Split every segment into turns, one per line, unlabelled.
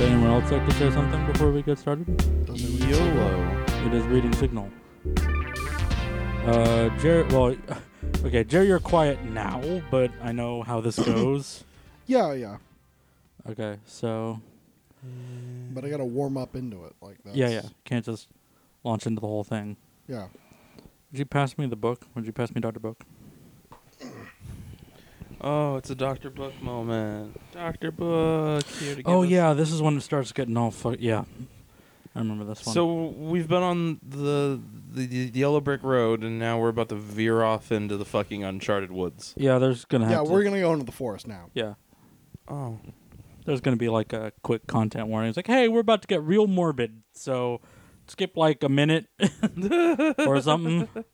anyone else like to share something before we get started?
YOLO.
It is reading signal. Uh, Jer, well, okay, Jerry, you're quiet now, but I know how this goes.
Yeah, yeah.
Okay, so
But I gotta warm up into it like that.
yeah, yeah, can't just launch into the whole thing.
Yeah.
Would you pass me the book? Would you pass me Doctor Book?
Oh, it's a Dr. Book moment. Dr. Book. Here to give
Oh
us-
yeah, this is when it starts getting all fuck. Yeah, I remember this one.
So we've been on the, the the yellow brick road, and now we're about to veer off into the fucking uncharted woods.
yeah, there's gonna have
Yeah,
to-
we're gonna go into the forest now.
yeah.
Oh,
There's gonna be like a quick content warning. It's like, hey, we're about to get real morbid, so skip like a minute or something. Like-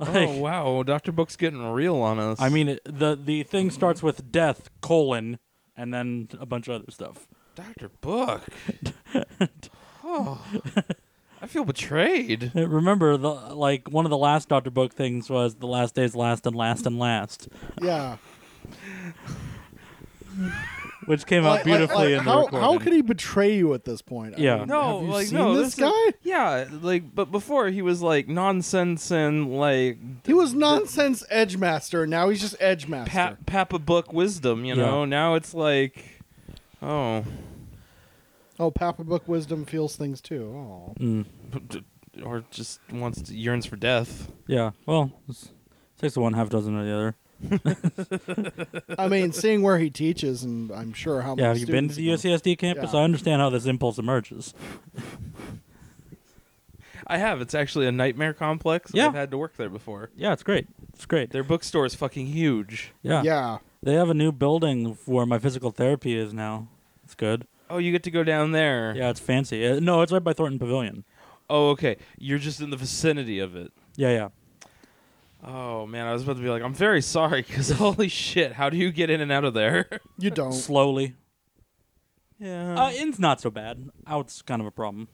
oh wow, Dr. Book's getting real on us.
I mean, it, the the thing starts with death colon, and then a bunch of other stuff.
Dr. Book. oh, I feel betrayed.
Uh, Remember, the like one of the last Doctor Book things was the last days last and last and last,
Yeah.
which came out
Like- like-
beautifully
like,
in the
how,
recording.
how could he betray you at this point? I
Yeah.
mean,
No,
have you
like
seen
no,
this
is-
guy.
yeah, like but before he was like nonsense and like
He was nonsense edge master. and Now he's just edge master.
pa- Papa Book wisdom, you know.
Yeah.
Now it's like, oh,
oh, Papa Book wisdom feels things too. Oh,
Mm,
or just wants to, yearns for death.
yeah, well, it's six of one, half dozen of the other.
I mean, seeing where he teaches, and I'm sure how.
Yeah,
many
have you been to
students
the
he knows.
UCSD campus?
Yeah.
I understand how this impulse emerges.
I have. It's actually a nightmare complex. and
Yeah.
I've had to work there before.
Yeah, it's great. It's great.
Their bookstore is fucking huge.
yeah.
Yeah.
they have a new building where my physical therapy is now. It's good.
Oh, you get to go down there.
Yeah, it's fancy. Uh, no, it's right by Thornton Pavilion.
Oh, okay. You're just in the vicinity of it.
Yeah, yeah.
Oh man, I was about to be like, I'm very sorry, because holy shit, how do you get in and out of there?
You don't.
Slowly.
yeah.
Uh, in's not so bad. Out's kind of a problem.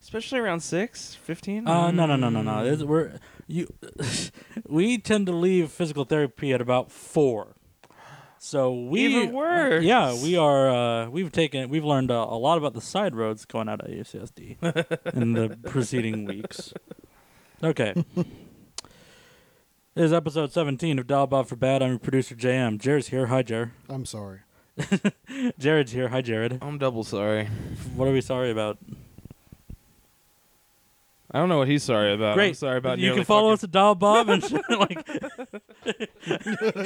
Especially around six, fifteen. Mm.
Uh, no, no, no, no, no. It's- we're you. we tend to leave physical therapy at about four. So we
Even worse.
Yeah, we are. Uh, we've taken. We've learned uh, a lot about the side roads going out of UCSD in the preceding weeks. Okay. This is episode 17 of Dial Bob for Bad. I'm your producer, JM. Jared's here. Hi, Jared.
I'm sorry.
Jared's here. Hi, Jared.
I'm double sorry.
What are we sorry about?
I don't know what he's sorry about. I'm
Great.
sorry about
You
nearly
can follow
fucking-
us at Dial Bob and like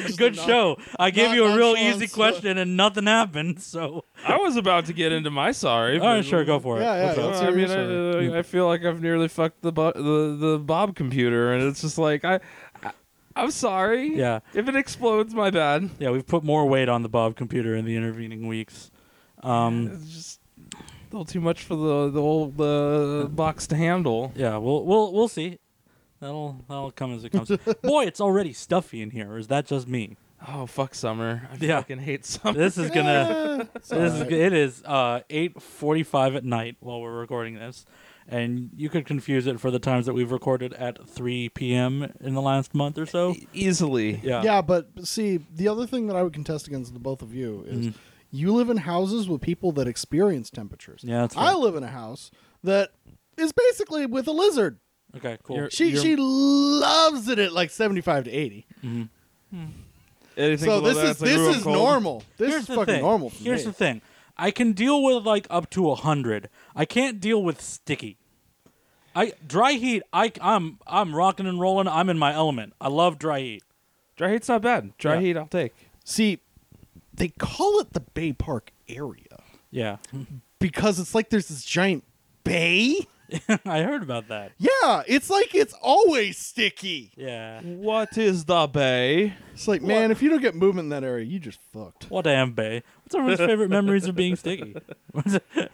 Just
good
not-
show. I gave
not
you a real
nonchalant,
easy
so-
question and nothing happened. So,
I was about to get into my sorry.
all right,
but-
sure, go for it.
Yeah, yeah,
What's up?
let's
Uh, I
hear
mean,
your
I,
sorry.
I- I feel like I've nearly fucked the bo- the the Bob computer, and it's just like I, I I'm sorry.
Yeah.
If it explodes, my bad.
yeah. We've put more weight on the Bob computer in the intervening weeks. Um,
It's just a little too much for the the old uh, box to handle.
yeah, we'll we'll we'll see. That'll that'll come as it comes. Boy, it's already stuffy in here. Or is that just me?
Oh fuck summer. I
Yeah.
fucking hate summer.
This is gonna.
Ah, it's
this is
alright.
it is uh 8:45 at night while we're recording this. And you could confuse it for the times that we've recorded at 3 p.m. in the last month or so.
E- easily.
Yeah.
Yeah, but see, the other thing that I would contest against the both of you is
Mhm.
you live in houses with people that experience temperatures.
Yeah, that's
I
fair.
live in a house that is basically with a lizard.
Okay, cool.
You're-
She she loves it at like 75 to 80.
Mhm.
Anything
So
below
this
that,
is
it's like,
this
"Ooh, I'm
is
cold."
normal. This
Here's
is
the
fucking
thing.
normal. For
Here's
me.
the thing. I can deal with like up to a hundred. I can't deal with sticky. I dry heat. I I'm I'm rocking and rolling. I'm in my element. I love dry heat.
Dry heat's not bad. Dry
Yeah.
heat, I'll take.
See, they call it the Bay Park area
Yeah,
because it's like there's this giant bay.
I heard about that.
Yeah, it's like it's always sticky.
Yeah,
What is the bay?
It's like, man, if you don't get movement in that area, you just fucked.
what am bay? What's everyone's favorite memories of being sticky?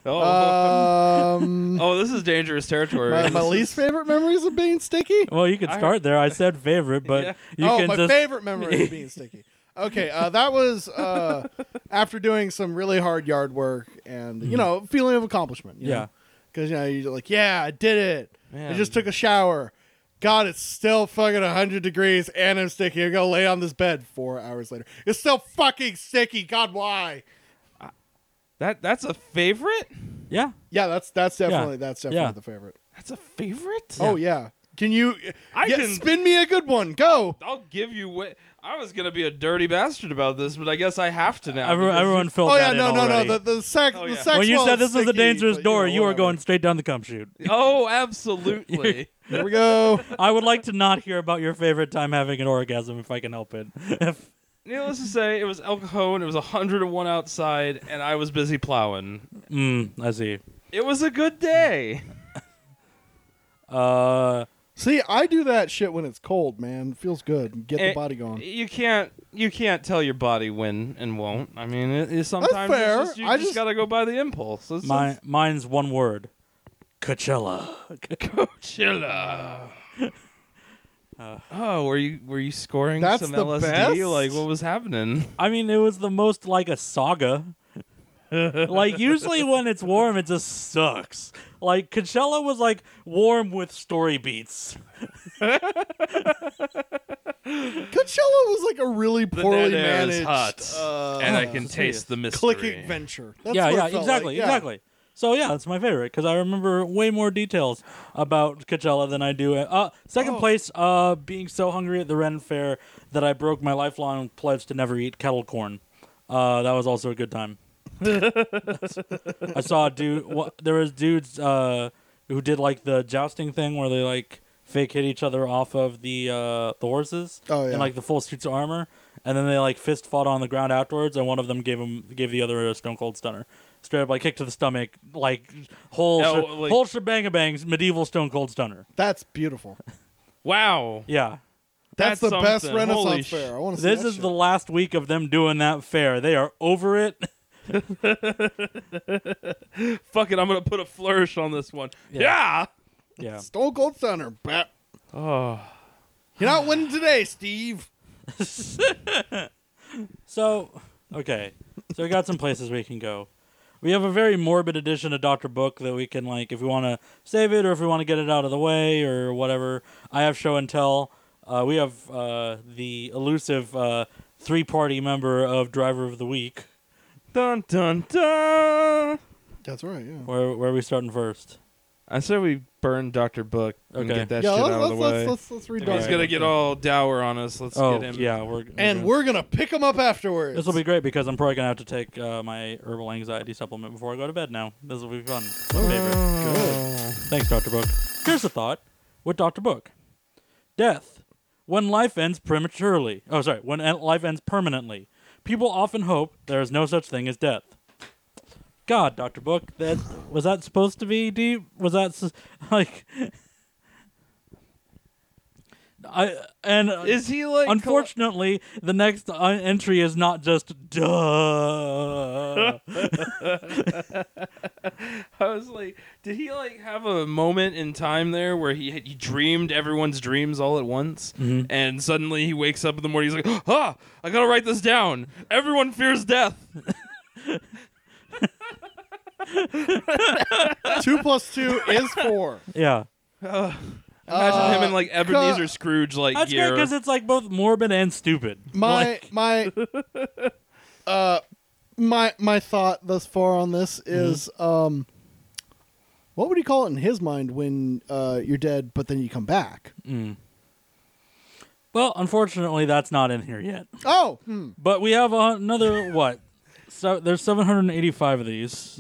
Oh,
Um,
oh, this is dangerous territory.
Uh, my, my
This Oh, is-
least favorite memories of being sticky.
well, you can
I-
start there. I said favorite, but
Yeah.
you
oh,
can
my
just
favorite memory of being sticky. Okay, uh, that was uh, after doing some really hard yard work and you know feeling of accomplishment. you
Yeah.
know? because you know you're like, yeah, I did it. I
Man.
just took a shower. God, it's still fucking 100 degrees and I'm sticky. I'm going to lay on this bed four hours later. It's still fucking sticky. God, why?
That that's a favorite.
Yeah.
Yeah, that's that's definitely that's definitely
Yeah.
the favorite.
That's a favorite.
Oh yeah. Can you
I
yeah,
can-
spin me a good one? Go.
I'll give you what I was gonna be a dirty bastard about this, but I guess I have to now.
Everyone,
because
everyone filled
Oh
that
yeah,
in
no, no,
already.
no. The the sex
Oh,
the
yeah.
sex.
when you
wall
said
is
this was a
sticky,
dangerous
but, you know,
door, you were
whatever.
going straight down the cum chute.
you- Oh, absolutely.
Here we go.
I would like to not hear about your favorite time having an orgasm if I can help it. If-
Needless to say, it was El Cajon. It was 101 outside, and I was busy plowing.
mm, I see.
It was a good day.
Uh,
See, I do that shit when it's cold, man. It feels good. Get the
Eh,
body going.
You can't you can't tell your body when and won't. I mean, it, it- sometimes it's
fair.
just, you
I
just,
just-
gotta go by the impulse. It's
my, mine's one word. Coachella.
Coachella.
Uh,
oh, were you were you scoring
That's
some
the
LSD?
best?
Like what was happening?
I mean, it was the most like a saga. like usually when it's warm, it just sucks. Like Coachella was like warm with story beats.
Coachella was like a really poorly
net air
managed
is hot,
uh,
and I can taste the mystery.
click adventure. That's
yeah,
what it
yeah,
felt
exactly,
like. Yeah.
exactly. So yeah, that's my favorite because I remember way more details about Coachella than I do. Uh,
Oh.
second place, uh, being so hungry at the Ren Fair that I broke my lifelong pledge to never eat kettle corn. Uh, that was also a good time. I saw a dude. wha- there was dudes uh, who did like the jousting thing where they like fake hit each other off of the uh, the horses.
Oh, yeah.
And like the full suits of armor, and then they like fist fought on the ground afterwards, and one of them gave him gave the other a stone cold stunner. Straight up, like kick to the stomach, like whole
Oh,
she-
like-
whole shebang bangs, medieval stone cold stunner.
That's beautiful.
Wow.
Yeah,
That's,
That's
the best
something.
Renaissance
Holy sh-
fair. I want to see
this
that
is
shit.
the last week of them doing that fair. They are over it.
Fuck it, I'm gonna put a flourish on this one.
Yeah.
Yeah.
yeah,
Stone Cold Stunner. Bap.
Oh.
You're not winning today, Steve.
So, okay. So we got some places we can go. We have a very morbid edition of Dr. Book that we can like if we want to save it or if we want to get it out of the way or whatever. I have show and tell. Uh, we have uh, the elusive uh, three-party member of Driver of the Week.
Dun dun dun.
That's right. Yeah.
Where where are we starting first?
I said we burn Doctor Book and
Okay.
get that
yeah.
shit
Let's,
out
let's,
of the
let's,
way.
let's let's read.
If
All
He's
right.
gonna get all dour on us. Let's
oh
get him.
yeah, we're we're
And
gonna-
we're gonna pick him up afterwards.
This will be great because I'm probably gonna have to take uh, my herbal anxiety supplement before I go to bed now. This will be fun. My favorite.
Good.
Thanks, Dr. Book. Here's a thought with Dr. Book Death. When life ends prematurely. Oh, sorry. When en- life ends permanently. People often hope there is no such thing as death. God, Dr. Book, that was that supposed to be deep? Was that s- like. I and uh,
Is he like?
unfortunately the next uh, entry is not just duh.
I was like, did he like have a moment in time there where he he dreamed everyone's dreams all at once,
Mm-hmm.
and suddenly he wakes up in the morning. He's like, ah, I gotta write this down. Everyone fears death.
two plus two is four.
yeah.
Imagine him
Uh,
in like Ebenezer
God.
Scrooge like
That's great
gear.
because it's like both morbid and stupid.
My
Like-
my uh my my thought thus far on this
Mm-hmm.
is um what would he call it in his mind when uh you're dead but then you come back?
Mm. Well, unfortunately, that's not in here yet.
Oh, hmm.
But we have uh, another what? So there's 785 of these.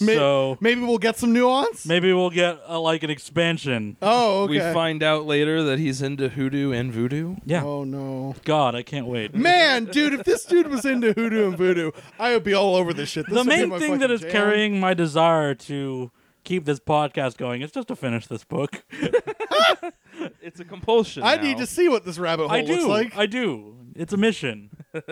May-
so
maybe we'll get some nuance.
maybe we'll get uh, like an expansion.
Oh, okay.
We find out later that he's into hoodoo and voodoo.
Yeah.
Oh no.
God, I can't wait.
Man, dude, if this dude was into hoodoo and voodoo, I would be all over this shit. This
the
would be
main
my
thing
fucking
that is
jam.
carrying my desire to keep this podcast going is just to finish this book.
It's a compulsion.
I
now.
need to see what this rabbit hole
I do.
looks like.
I do. It's a mission.
On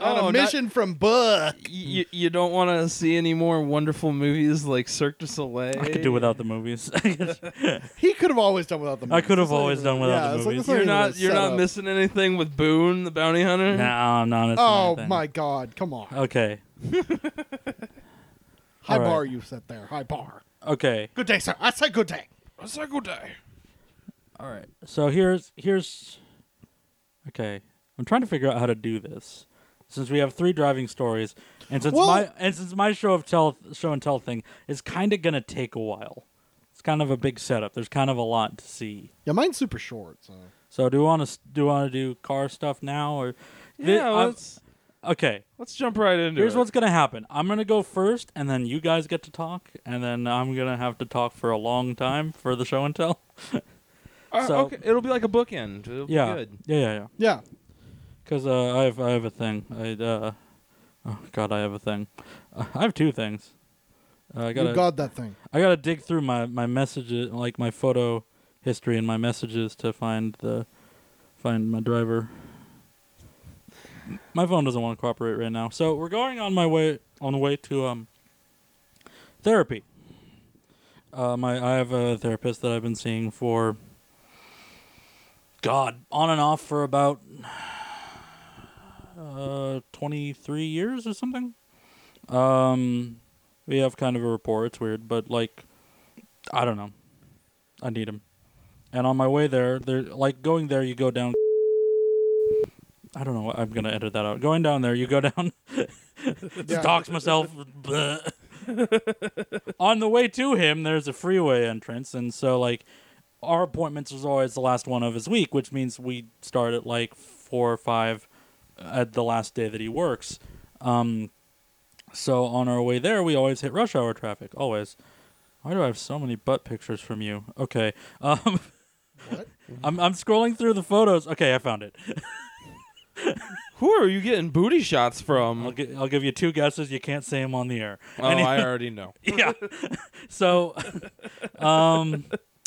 Oh,
a
not-
mission from Buck.
Y- you don't want to see any more wonderful movies like Cirque du Soleil.
I could do without the movies.
He could have always done without the.
I could
movies.
have always done without
Yeah,
the
it's like-
movies.
it's like-
You're not.
Set
You're not
up.
missing anything with Boone the Bounty Hunter.
no, I'm not. missing
Oh
anything.
my god! Come on.
Okay.
High
All right.
bar you set there. High bar.
Okay.
Good day, sir. I say good day.
A cycle day.
All right. So here's here's okay. I'm trying to figure out how to do this since we have three driving stories, and since
Well-
my and since my show of tell show and tell thing is kind of gonna take a while. It's kind of a big setup. There's kind of a lot to see.
Yeah, mine's super short. So
So do we want to do want to do car stuff now or? thi-
Yeah,
I'm-
let's
okay.
let's jump right into
Here's
it.
what's gonna happen. I'm gonna go first, and then you guys get to talk, and then I'm gonna have to talk for a long time for the show and tell.
Uh,
so-
okay, it'll be like a bookend. It'll be
Yeah,
good.
yeah, yeah, yeah.
yeah,
Because uh, I have I have a thing. I uh, oh god, I have a thing. Uh, I have two things. Uh, I gotta
you got that thing.
I gotta dig through my my messages, like my photo history and my messages to find the find my driver. My phone doesn't want to cooperate right now, so we're going on my way on the way to um therapy. Uh, my I have a therapist that I've been seeing for God on and off for about uh, twenty three years or something. Um, we have kind of a rapport. It's weird, but like, I don't know. I need him. And on my way there, there like going there, you go down. I don't know. I'm gonna edit that out. Going down there, you go down.
Yeah.
Just dox myself. Bleh. on the way to him, there's a freeway entrance, and so like our appointments is always the last one of his week, which means we start at like four or five at the last day that he works. Um, so on our way there, we always hit rush hour traffic. Always. Why do I have so many butt pictures from you? Okay. Um,
What?
I'm I'm scrolling through the photos. Okay, I found it.
Who are you getting booty shots from?
I'll gi- I'll give you two guesses. You can't say them on the air.
oh, I already know.
yeah. So, um,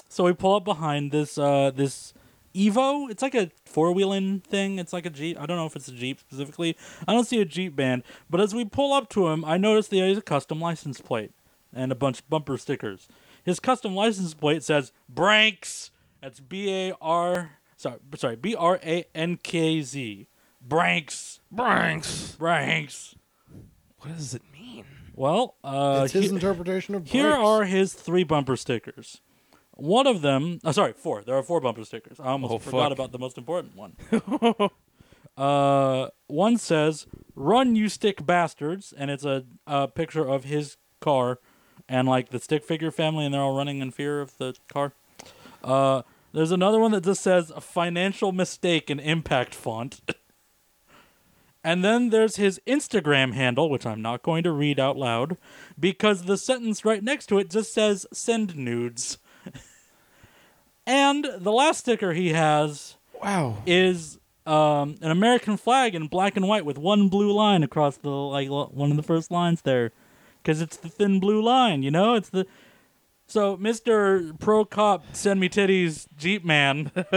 so we pull up behind this uh this Evo. It's like a four wheeling thing. It's like a jeep. I don't know if it's a jeep specifically. I don't see a jeep band. But as we pull up to him, I notice that he has a custom license plate and a bunch of bumper stickers. His custom license plate says Branks. That's B A R. Sorry, sorry, B R A N K Z. Branks.
Branks.
Branks.
What does it mean?
Well, uh,
it's his
he-
interpretation of
here
breaks.
are his three bumper stickers. One of them, oh, sorry, four. There are four bumper stickers. I almost
Oh,
forgot
fuck.
about the most important one. uh, one says, "Run, you stick bastards," and it's a, a picture of his car and like the stick figure family, and they're all running in fear of the car. Uh, there's another one that just says, "A financial mistake in impact font." And then there's his Instagram handle, which I'm not going to read out loud because the sentence right next to it just says send nudes. and the last sticker he has
Wow.
is um, an American flag in black and white with one blue line across the like lo- one of the first lines there, because it's the thin blue line. You know, it's the so Mister Pro Cop Send Me Titties Jeep Man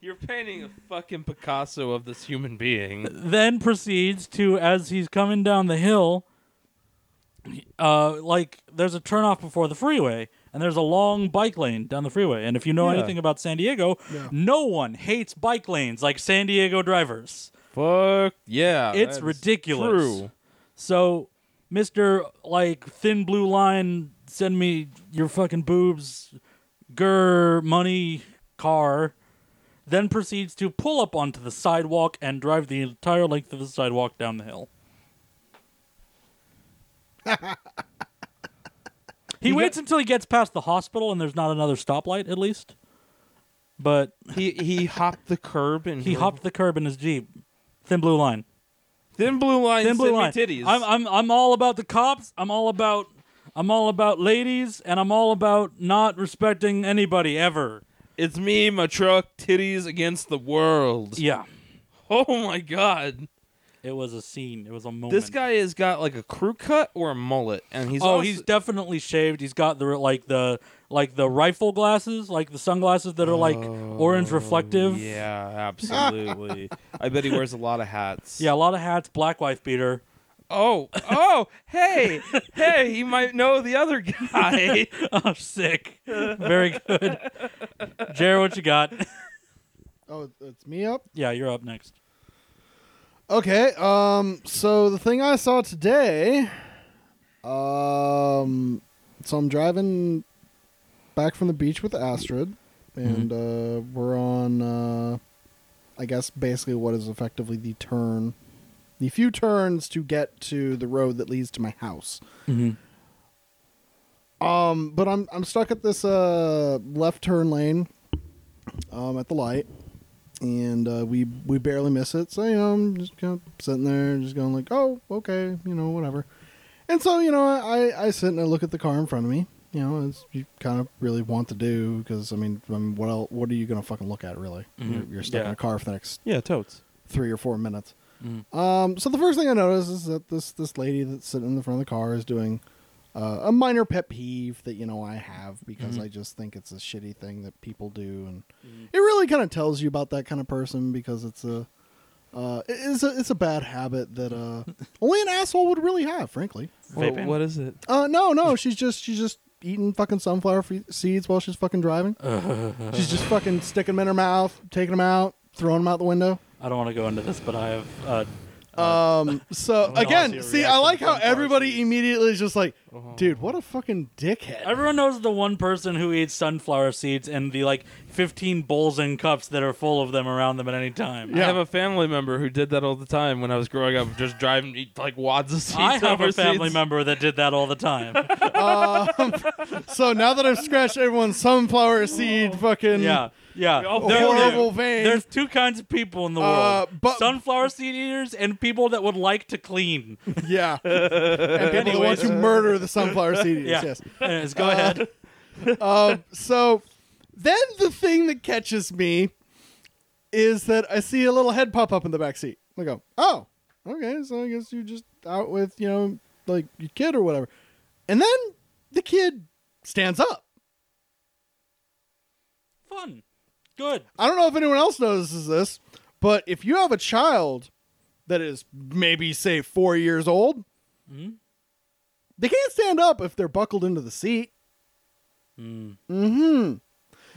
You're painting a fucking Picasso of this human being.
then proceeds to as he's coming down the hill uh like there's a turnoff before the freeway and there's a long bike lane down the freeway and if you know
Yeah.
anything about san diego
Yeah.
no one hates bike lanes like san diego drivers
Fuck yeah.
It's
that is
ridiculous.
True.
so mr like thin blue line send me your fucking boobs grr money car then proceeds to pull up onto the sidewalk and drive the entire length of the sidewalk down the hill He
You
waits until he gets past the hospital and there's not another stoplight, at least. But
He he hopped the curb and
he hopped the curb in his jeep. Thin blue line.
Thin blue line.
Thin blue
send me
line.
Titties.
I'm I'm I'm all about the cops. I'm all about I'm all about ladies, and I'm all about not respecting anybody ever.
it's me, my truck, titties against the world.
Yeah,
Oh my god.
it was a scene. It was a moment.
This guy has got like a crew cut or a mullet, and he's
oh,
also-
he's definitely shaved. He's got the like the like the rifle glasses, like the sunglasses that are like
Oh,
orange reflective.
Yeah, absolutely. I bet he wears a lot of hats.
Yeah, a lot of hats. Black wife beater.
Oh, oh, hey, hey, he might know the other guy.
Oh, sick. Very good. Jared, what you got?
Oh, it's me up.
yeah, you're up next.
Okay. Um. So the thing I saw today. Um. So I'm driving back from the beach with Astrid,
Mm-hmm.
and uh, we're on. Uh, I guess basically what is effectively the turn the few turns to get to the road that leads to my house.
Mm-hmm.
Um, but I'm I'm stuck at this uh left turn lane, um, at the light, and uh, we we barely miss it. So you know I'm just kind of sitting there, just going like, oh okay, you know whatever. And so you know I I sit and I look at the car in front of me. You know, as you kind of really want to do because I mean, I mean, what else, what are you gonna fucking look at really? You're, you're stuck in
Mm-hmm. Yeah.
a car for the next
Yeah, totes.
three or four minutes.
Mhm.
Um, so the first thing I notice is that this this lady that's sitting in the front of the car is doing uh, a minor pet peeve that you know I have because I just think it's a shitty thing that people do, and it really kind of tells you about that kind of person because it's a uh, it- it's a it's a bad habit that uh, only an asshole would really have, frankly.
Well,
Vaping?
what is it?
Uh, no, no, she's just she's just eating fucking sunflower fe- seeds while she's fucking driving. she's just fucking sticking them in her mouth, taking them out, throwing them out the window.
I don't want to go into this, but I have. Uh,
Um. So
don't know
again,
if
see,
your
I like
reaction
how
to Uh-huh. Sunflower
everybody
seeds.
immediately is just like,
Oh.
dude, what a fucking dickhead.
everyone knows the one person who eats sunflower seeds and the like 15 bowls and cups that are full of them around them at any time.
Yeah.
I have a family member who did that all the time when I was growing up, just driving eat, like wads of seeds.
I have
over
a family
seeds.
member that did that all the time.
Um, so now that I've scratched everyone's sunflower seed, fucking
yeah, yeah.
We all
There-
feel
horrible
there-
vein.
There's two kinds of people in the
Uh,
world:
but-
sunflower seed eaters and people that would like to clean.
yeah. and people that want to murder the sunflower seed.
yeah.
Yes.
Anyways,
Uh,
go ahead.
Um, so then the thing that catches me is that I see a little head pop up in the back seat. I go, oh, okay, so I guess you're just out with, you know, like your kid or whatever. And then the kid stands up.
Fun, good.
I don't know if anyone else notices this, but if you have a child that is maybe, say, four years old,
Mhm.
they can't stand up if they're buckled into the seat.
Mm.
hmm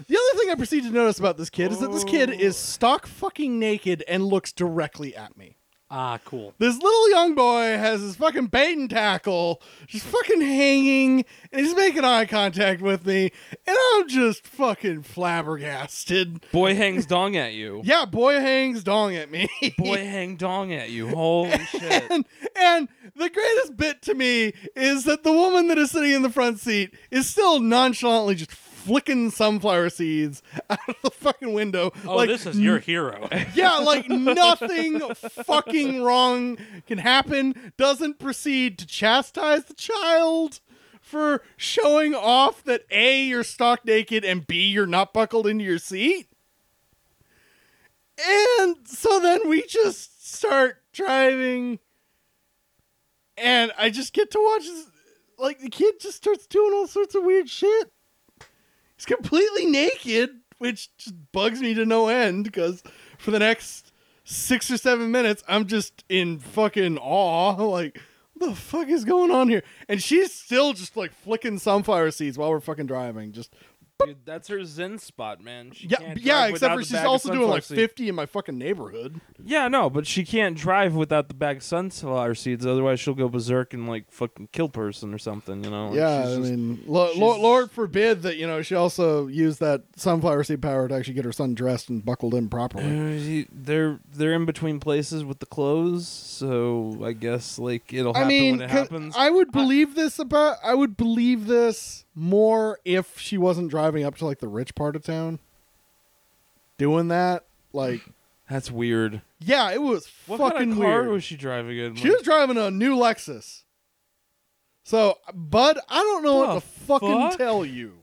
The other thing I proceed to notice about this kid is that this kid is stock fucking naked and looks directly at me.
Ah, cool.
This little young boy has his fucking bait and tackle, just fucking hanging, and he's making eye contact with me, and I'm just fucking flabbergasted.
Boy hangs dong at you.
Yeah, boy hangs dong at me.
Boy hang dong at you. Holy shit.
and, and the greatest bit to me is that the woman that is sitting in the front seat is still nonchalantly just flicking sunflower seeds out of the fucking window.
Oh,
like,
this is your hero.
yeah, like nothing fucking wrong can happen. Doesn't proceed to chastise the child for showing off that A, you're stock naked, and B, you're not buckled into your seat. And so then we just start driving, and I just get to watch this. Like, the kid just starts doing all sorts of weird shit. He's completely naked, which just bugs me to no end because for the next six or seven minutes, I'm just in fucking awe. Like, what the fuck is going on here? And she's still just like flicking sunflower seeds while we're fucking driving. Just
Dude, that's her zen spot, man. She
yeah,
can't
yeah.
drive
Except
without
for
the
she's
bag of
also doing
sunflower
like
seeds.
50 in my fucking neighborhood.
Yeah, no, but she can't drive without the bag of sunflower seeds. Otherwise, she'll go berserk and like fucking kill person or something. You know? Like,
yeah,
Oh, she's
I
just-
mean, lo- lo-
she's-
Lord forbid that you know she also used that sunflower seed power to actually get her son dressed and buckled in properly.
Uh, he- they're they're in between places with the clothes, so I guess like it'll happen
I mean,
when it
'cause
happens.
I would believe this about I would believe this more if she wasn't driving up to like the rich part of town. Doing that, like,
That's weird.
yeah, it was
What
fucking
kind of car
weird.
was she driving in?
she was driving a new Lexus. So, bud, I don't know what
The
to fucking
fuck?
tell you.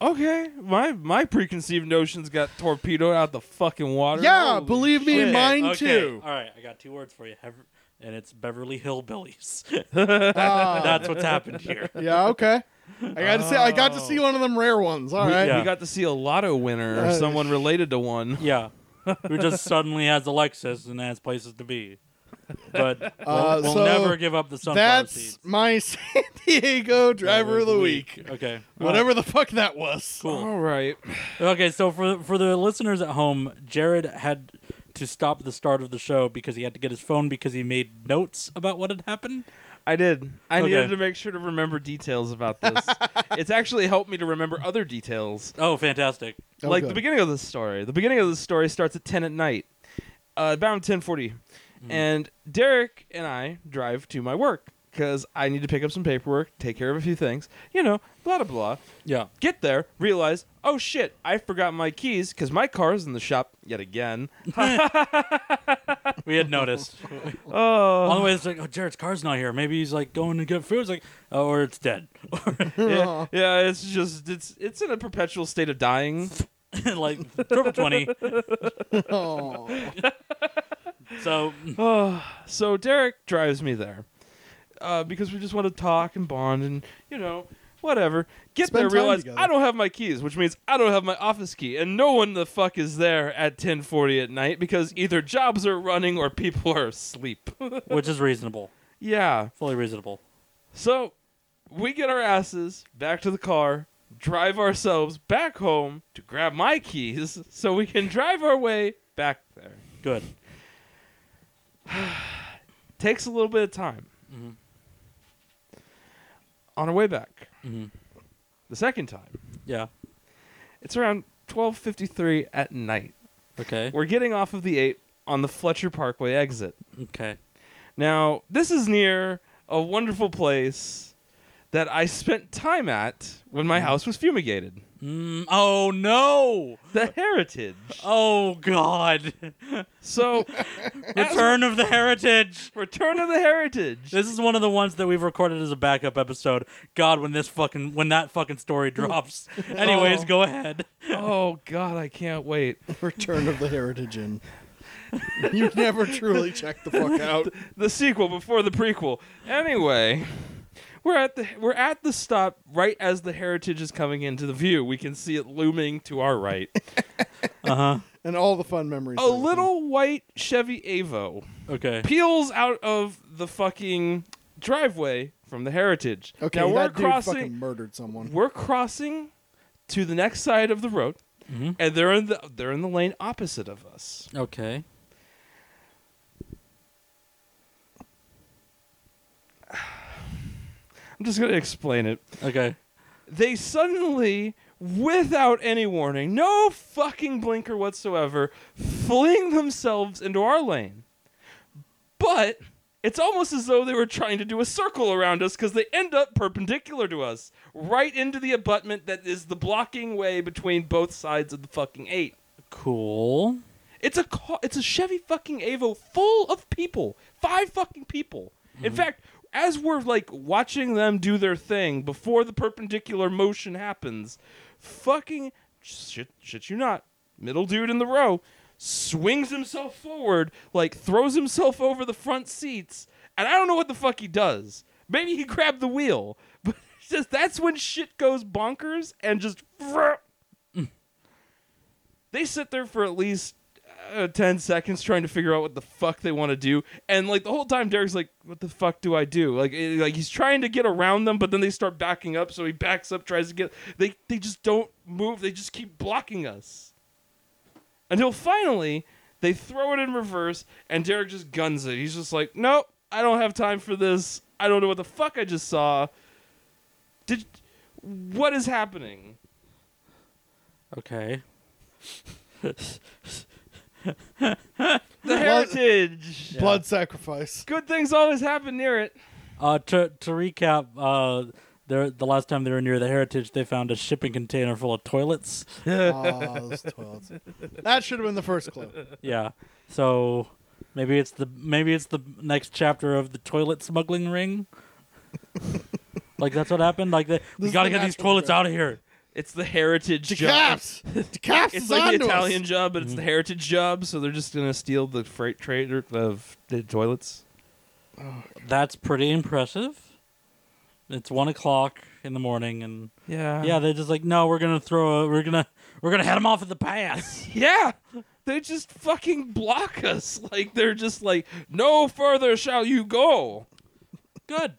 okay, my my preconceived notions got torpedoed out the fucking water.
Yeah,
Holy
believe me,
shit.
mine
okay.
too.
All right, I got two words for you, Hev- and it's Beverly Hillbillies.
Ah.
That's what's happened here.
yeah, okay. I got to see. I got to
Oh.
see one of them rare ones. All
We,
right.
we
yeah.
got to see a lotto winner or
Uh,
someone related to one.
Yeah, who just suddenly has a Lexus and has places to be. But we'll,
Uh,
we'll
so
never give up the sunflower
That's
seeds.
my San Diego driver of the week.
Okay.
Whatever the fuck that was.
Cool.
All right.
Okay, so for for the listeners at home, Jared had to stop the start of the show because he had to get his phone because he made notes about what had happened.
I did. I
Okay.
needed to make sure to remember details about this. it's actually helped me to remember other details.
Oh, fantastic.
Oh,
like
good.
the beginning of this story. The beginning of this story starts at 10 at night, uh, about 1040. And Derek and I drive to my work because I need to pick up some paperwork, take care of a few things, you know, blah, blah, blah.
Yeah.
Get there, realize, oh shit, I forgot my keys because my car is in the shop yet again.
We had noticed.
Oh,
All the way, it's like, oh, Jared's car's not here. Maybe he's like going to get food. It's like, oh, or it's dead.
yeah, yeah, it's just it's it's in a perpetual state of dying.
like triple twenty.
Oh.
So
Oh, so Derek drives me there uh, because we just want to talk and bond and you know whatever. Get
Spend
there,
time
realize
together.
I don't have my keys, which means I don't have my office key, and no one the fuck is there at ten forty at night because either jobs are running or people are asleep.
which is reasonable,
yeah,
fully reasonable.
so we get our asses back to the car, drive ourselves back home to grab my keys so we can drive our way back there.
Good.
takes a little bit of time.
Mhm.
On our way back,
Mhm.
the second time,
Yeah.
it's around twelve fifty three at night.
Okay.
We're getting off of the eight on the Fletcher Parkway exit.
Okay.
Now, this is near a wonderful place that I spent time at when my house was fumigated.
Mm, oh no!
The Heritage.
Oh god!
So,
Return of the Heritage.
Return of the Heritage.
This is one of the ones that we've recorded as a backup episode. God, when this fucking when that fucking story drops. Anyways,
Oh.
go ahead.
Oh God, I can't wait.
Return of the Heritage Inn. you never truly check the fuck out.
the sequel before the prequel. Anyway, we're at the we're at the stop right as the heritage is coming into the view. We can see it looming to our right.
Uh huh.
And all the fun memories.
A little white Chevy Avo
Okay.
peels out of the fucking driveway from the heritage.
Okay,
now we're
that dude fucking
crossing
murdered someone.
we're crossing to the next side of the road.
Mm-hmm.
Mhm.
And they're in the they're in the lane opposite of us.
Okay.
I'm just gonna explain it.
Okay.
they suddenly, without any warning, no fucking blinker whatsoever, fling themselves into our lane. But it's almost as though they were trying to do a circle around us because they end up perpendicular to us, right into the abutment that is the blocking way between both sides of the fucking eight.
Cool.
It's a ca- it's a Chevy fucking Avo full of people, five fucking people. In fact, as we're like watching them do their thing before the perpendicular motion happens, fucking shit, shit you not, middle dude in the row swings himself forward, like throws himself over the front seats, and I don't know what the fuck he does. Maybe he grabbed the wheel, but it's just that's when shit goes bonkers and just. They sit there for at least uh, 10 seconds trying to figure out what the fuck they want to do and like the whole time derek's like what the fuck do i do like it- like he's trying to get around them but then they start backing up so he backs up tries to get they they just don't move they just keep blocking us until finally they throw it in reverse and derek just guns it he's just like nope i don't have time for this i don't know what the fuck i just saw did what is happening
Okay. Uh,
the
Well-
heritage
Blood sacrifice.
good things always happen near it
Uh, to to recap, uh, there the last time they were near the Heritage, they found a shipping container full of toilets.
Ah, those toilets. That should have been the first clue.
Yeah. So maybe it's the maybe it's the next chapter of the toilet smuggling ring. like that's what happened. Like they, we
is
gotta
the
get these
national
toilets
treasure.
out of here.
It's the heritage
The
job.
caps. The caps
It's
is
like the
onto us.
Italian job, but it's
Mm-hmm.
the heritage job, so they're just gonna steal the freight trader of the toilets.
That's pretty impressive. It's one o'clock in the morning, and
Yeah.
yeah, they're just like, no, we're gonna throw, a, we're gonna, we're gonna head them off at the pass.
Yeah. They just fucking block us. Like they're just like, no further shall you go.
good,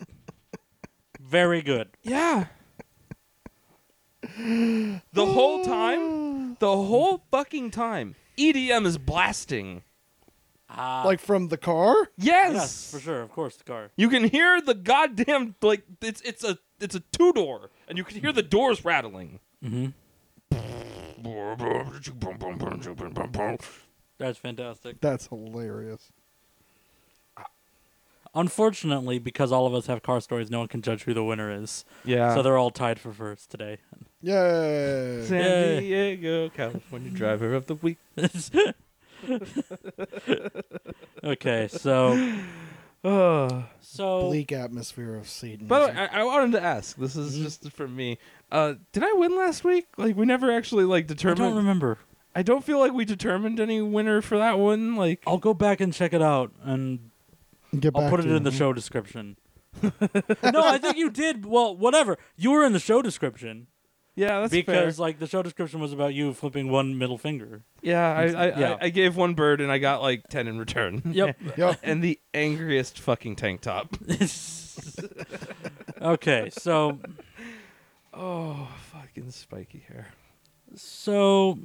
very good.
Yeah. The whole time, the whole fucking time, EDM is blasting.
Ah,
Like from the car?
Yes,
yes, for sure, of course, the car.
You can hear the goddamn like it's it's a it's a two door, and you can hear the doors rattling.
Mm-hmm.
It's
That's fantastic.
That's hilarious.
Unfortunately, because all of us have car stories, no one can judge who the winner is.
Yeah.
so they're all tied for first today.
Yay.
San
Yay.
Diego, California driver of the week.
okay, so
Ugh.
so
Bleak atmosphere of Satan.
By the way, I, I wanted to ask. This is
Mhm.
just for me. Uh, did I win last week? Like we never actually like
I
determined.
don't remember.
I don't feel like we determined any winner for that one. Like
I'll go back and check it out, and
Get
I'll
back
put
to
it
you.
in the show description. no, I think you did. Well, whatever. You were in the show description
yeah, that's
because,
fair.
like, the show description was about you flipping one middle finger.
Yeah, I I,
Yeah.
I I gave one bird and I got like ten in return.
Yep.
Yep.
and the angriest fucking tank top.
okay, so
Oh, fucking spiky hair.
So,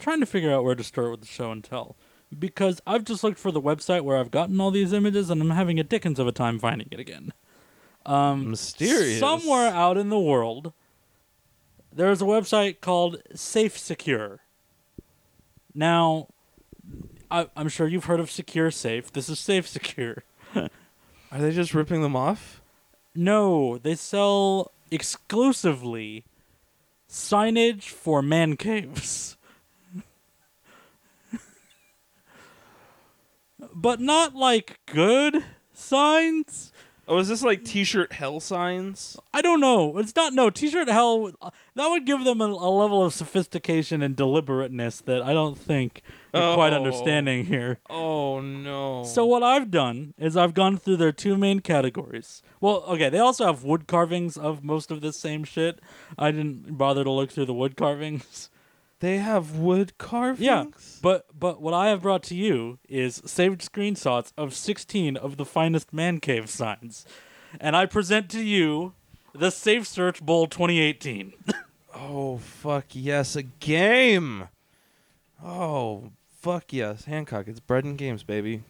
trying to figure out where to start with the show and tell. Because I've just looked for the website where I've gotten all these images and I'm having a dickens of a time finding it again. Um,
Mysterious.
Somewhere out in the world, there is a website called Safe Secure. Now, I, I'm sure you've heard of Secure Safe. This is Safe Secure.
Are they just ripping them off?
No, they sell exclusively signage for man caves. but not like good signs.
Oh, is this like t-shirt hell signs?
I don't know. It's not no t-shirt hell. would- That would give them a, a level of sophistication and deliberateness that I don't think you're quite
Oh.
understanding here.
Oh no.
So what I've done is I've gone through their two main categories. Well, okay, they also have wood carvings of most of this same shit. I didn't bother to look through the wood carvings.
they have wood carvings?
Yeah. But but what I have brought to you is saved screenshots of 16 of the finest man cave signs. And I present to you the Safe Search Bowl 2018.
Oh fuck yes, a game. Oh fuck yes, Hancock. It's bread and games, baby.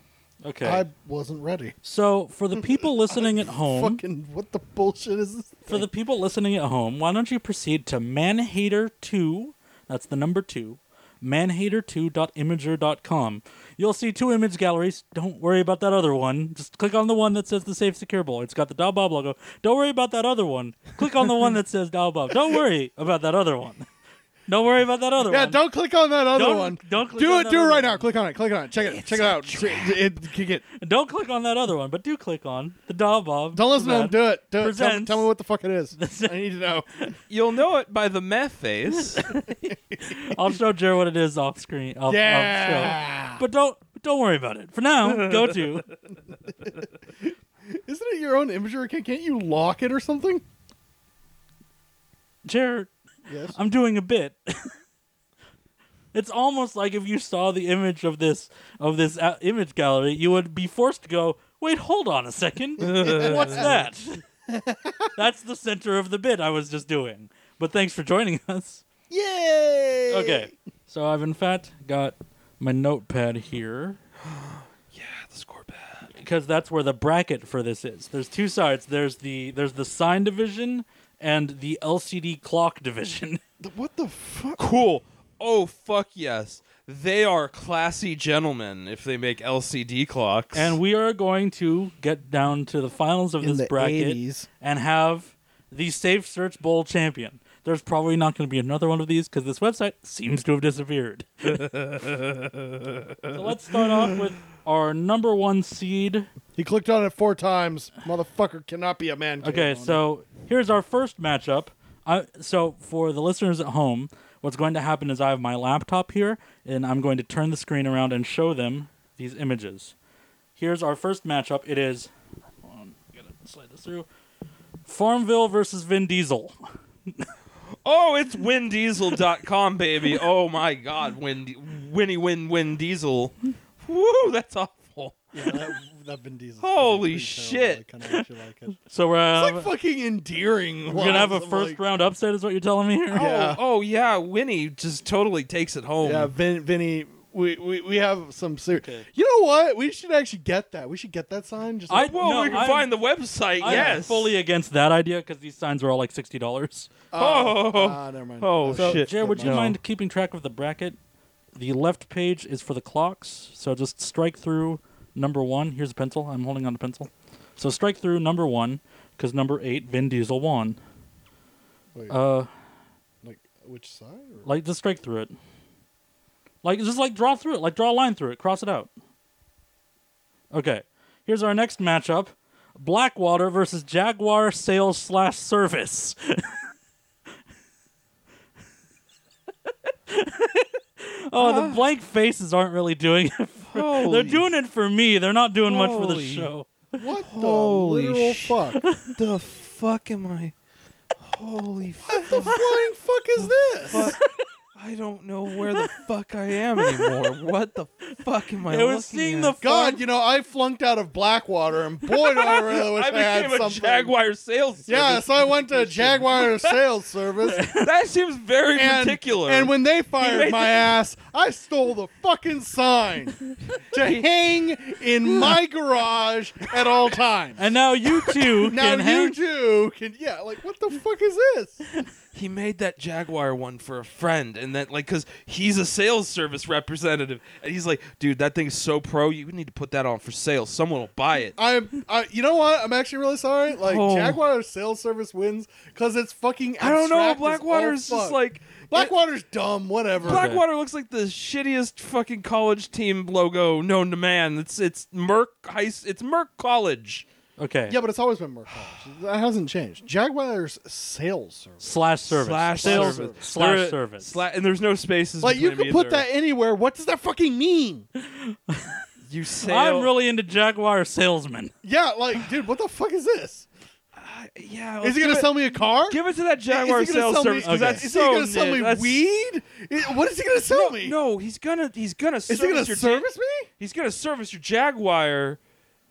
okay.
I wasn't ready.
so for the people listening at home,
Fucking what the bullshit is this?
for the people listening at home, why don't you proceed to Manhater 2, that's the number 2, manhater2.imager.com. You'll see two image galleries. Don't worry about that other one. Just click on the one that says the Safe Secure Bowl. It's got the Dow Bob logo. Don't worry about that other one. Click on the one that says Dow Bob. Don't worry about that other one. Don't worry about that other
Yeah,
one.
don't click on that other
Don't-
one.
don't click
do
on
it.
that
Do it
other
right
one.
now. Click on it. Click on it. Check it. check it out. It, it- kick it.
Don't click on that other one, but do click on the Dow Bob.
Don't listen to him.
Bad.
Do it. Do it. Tell, me-
Presents-
tell me what the fuck it is. I need to know.
You'll know it by the meth face.
I'll show Jared what it is off screen. Off, Off show.
Yeah.
But don't don't worry about it. For now, go to
Isn't it your own imager account? Can't you lock it or something?
Jared.
Yes.
I'm doing a bit. it's almost like if you saw the image of this of this uh, image gallery, you would be forced to go, "Wait, hold on a second. What's that?" That's the center of the bit I was just doing. But thanks for joining us.
Yay.
Okay. So I've in fact got my notepad here
yeah, the score bad.
because that's where the bracket for this is. There's two sides. There's the there's the sign division and the LCD clock division.
The- What the fuck?
Cool. Oh fuck yes. They are classy gentlemen if they make LCD clocks.
And we are going to get down to the finals of
In
this
the
bracket
80s.
and have the Safe Search Bowl champion. There's probably not going to be another one of these because this website seems to have disappeared. so let's start off with our number one seed.
He clicked on it four times. Motherfucker cannot be a man. cave
Okay,
owner.
so here's our first matchup. I, so for the listeners at home, what's going to happen is I have my laptop here, and I'm going to turn the screen around and show them these images. Here's our first matchup. It is. Hold on, gotta slide this through. Farmville versus Vin Diesel.
Oh, it's windiesel.com, baby. Oh my god, Win Winnie Win Win Diesel. Woo, that's awful.
Yeah, that, that Vin Diesel's
Holy
pretty
shit.
terrible. I kinda actually like it.
So we're, uh,
It's like fucking endearing.
we're gonna have a first round upset, is what you're telling me here.
Yeah.
Oh, oh yeah, Winnie just totally takes it home.
Yeah, Vin, Vinny, we, we, we have some serious. You know what? We should actually get that. We should get that sign. Just
I-
like,
Well,
No,
we can
I'm-
find the website.
I'm
yes.
fully against that idea because these signs are all like sixty dollars.
Oh.
ah, never mind.
Oh,
so,
shit.
Jared, would you
No.
mind keeping track of the bracket? The left page is for the clocks, so just strike through number one. Here's a pencil. I'm holding on to pencil. So strike through number one, because number eight, Vin Diesel won.
Wait,
Uh,
like which side? Or?
like just strike through it. Like just like draw through it. Like draw a line through it. Cross it out. Okay. Here's our next matchup: Blackwater versus Jaguar Sales Slash Service. oh, the blank faces aren't really doing it. For, they're
Ah. Holy-
doing it for me. They're not doing much for the
Holy-
show.
what the
Holy
literal
sh-
fuck?
the fuck am I? Holy fuck.
the flying fuck is this?
I don't know where the fuck I am anymore. What the fuck am I
They were
looking
seeing the farm-
at?
God, you know, I flunked out of Blackwater, and boy, do I really wish I,
I
had
became a
something.
Jaguar sales
Yeah,
service.
so I went to Jaguar sales service,
That seems very
and,
particular.
and when they fired
made-
my ass, I stole the fucking sign to hang in my garage at all times.
And now you two
now
can
you
hang.
two can, yeah, like what the fuck is this?
he made that Jaguar one for a friend, and that like because he's a sales service representative, and he's like, dude, that thing's so pro, you need to put that on for sale. Someone will buy it.
I'm, I, you know what? I'm actually really sorry. Like
Oh.
Jaguar sales service wins because it's fucking.
I don't know.
abstract as
Blackwater's
all
just
fuck.
like
Blackwater's dumb. Whatever.
Blackwater looks like the shittiest fucking college team logo known to man. It's it's Merck High. s- It's Merck College.
Okay.
Yeah, but it's always been more college. That hasn't changed. Jaguar's sales service.
Slash service.
Slash
Sales
service.
Slash
There-
service.
sla- and there's no spaces.
Like you can
between them
put
either.
that anywhere. What does that fucking mean?
You sale.
I'm really into Jaguar salesman.
Yeah, like dude, what the fuck is this?
Yeah.
Is
let's
he gonna
give it-
sell me a car?
Give it to that Jaguar
is he gonna
sales
sell
service
Me,
because
okay.
that's
is
so.
he gonna sell
nit-
me
that's-
weed? I- What is he gonna sell me?
No, he's gonna he's gonna
Is
service
he gonna
your
service me?
he's gonna service your Jaguar,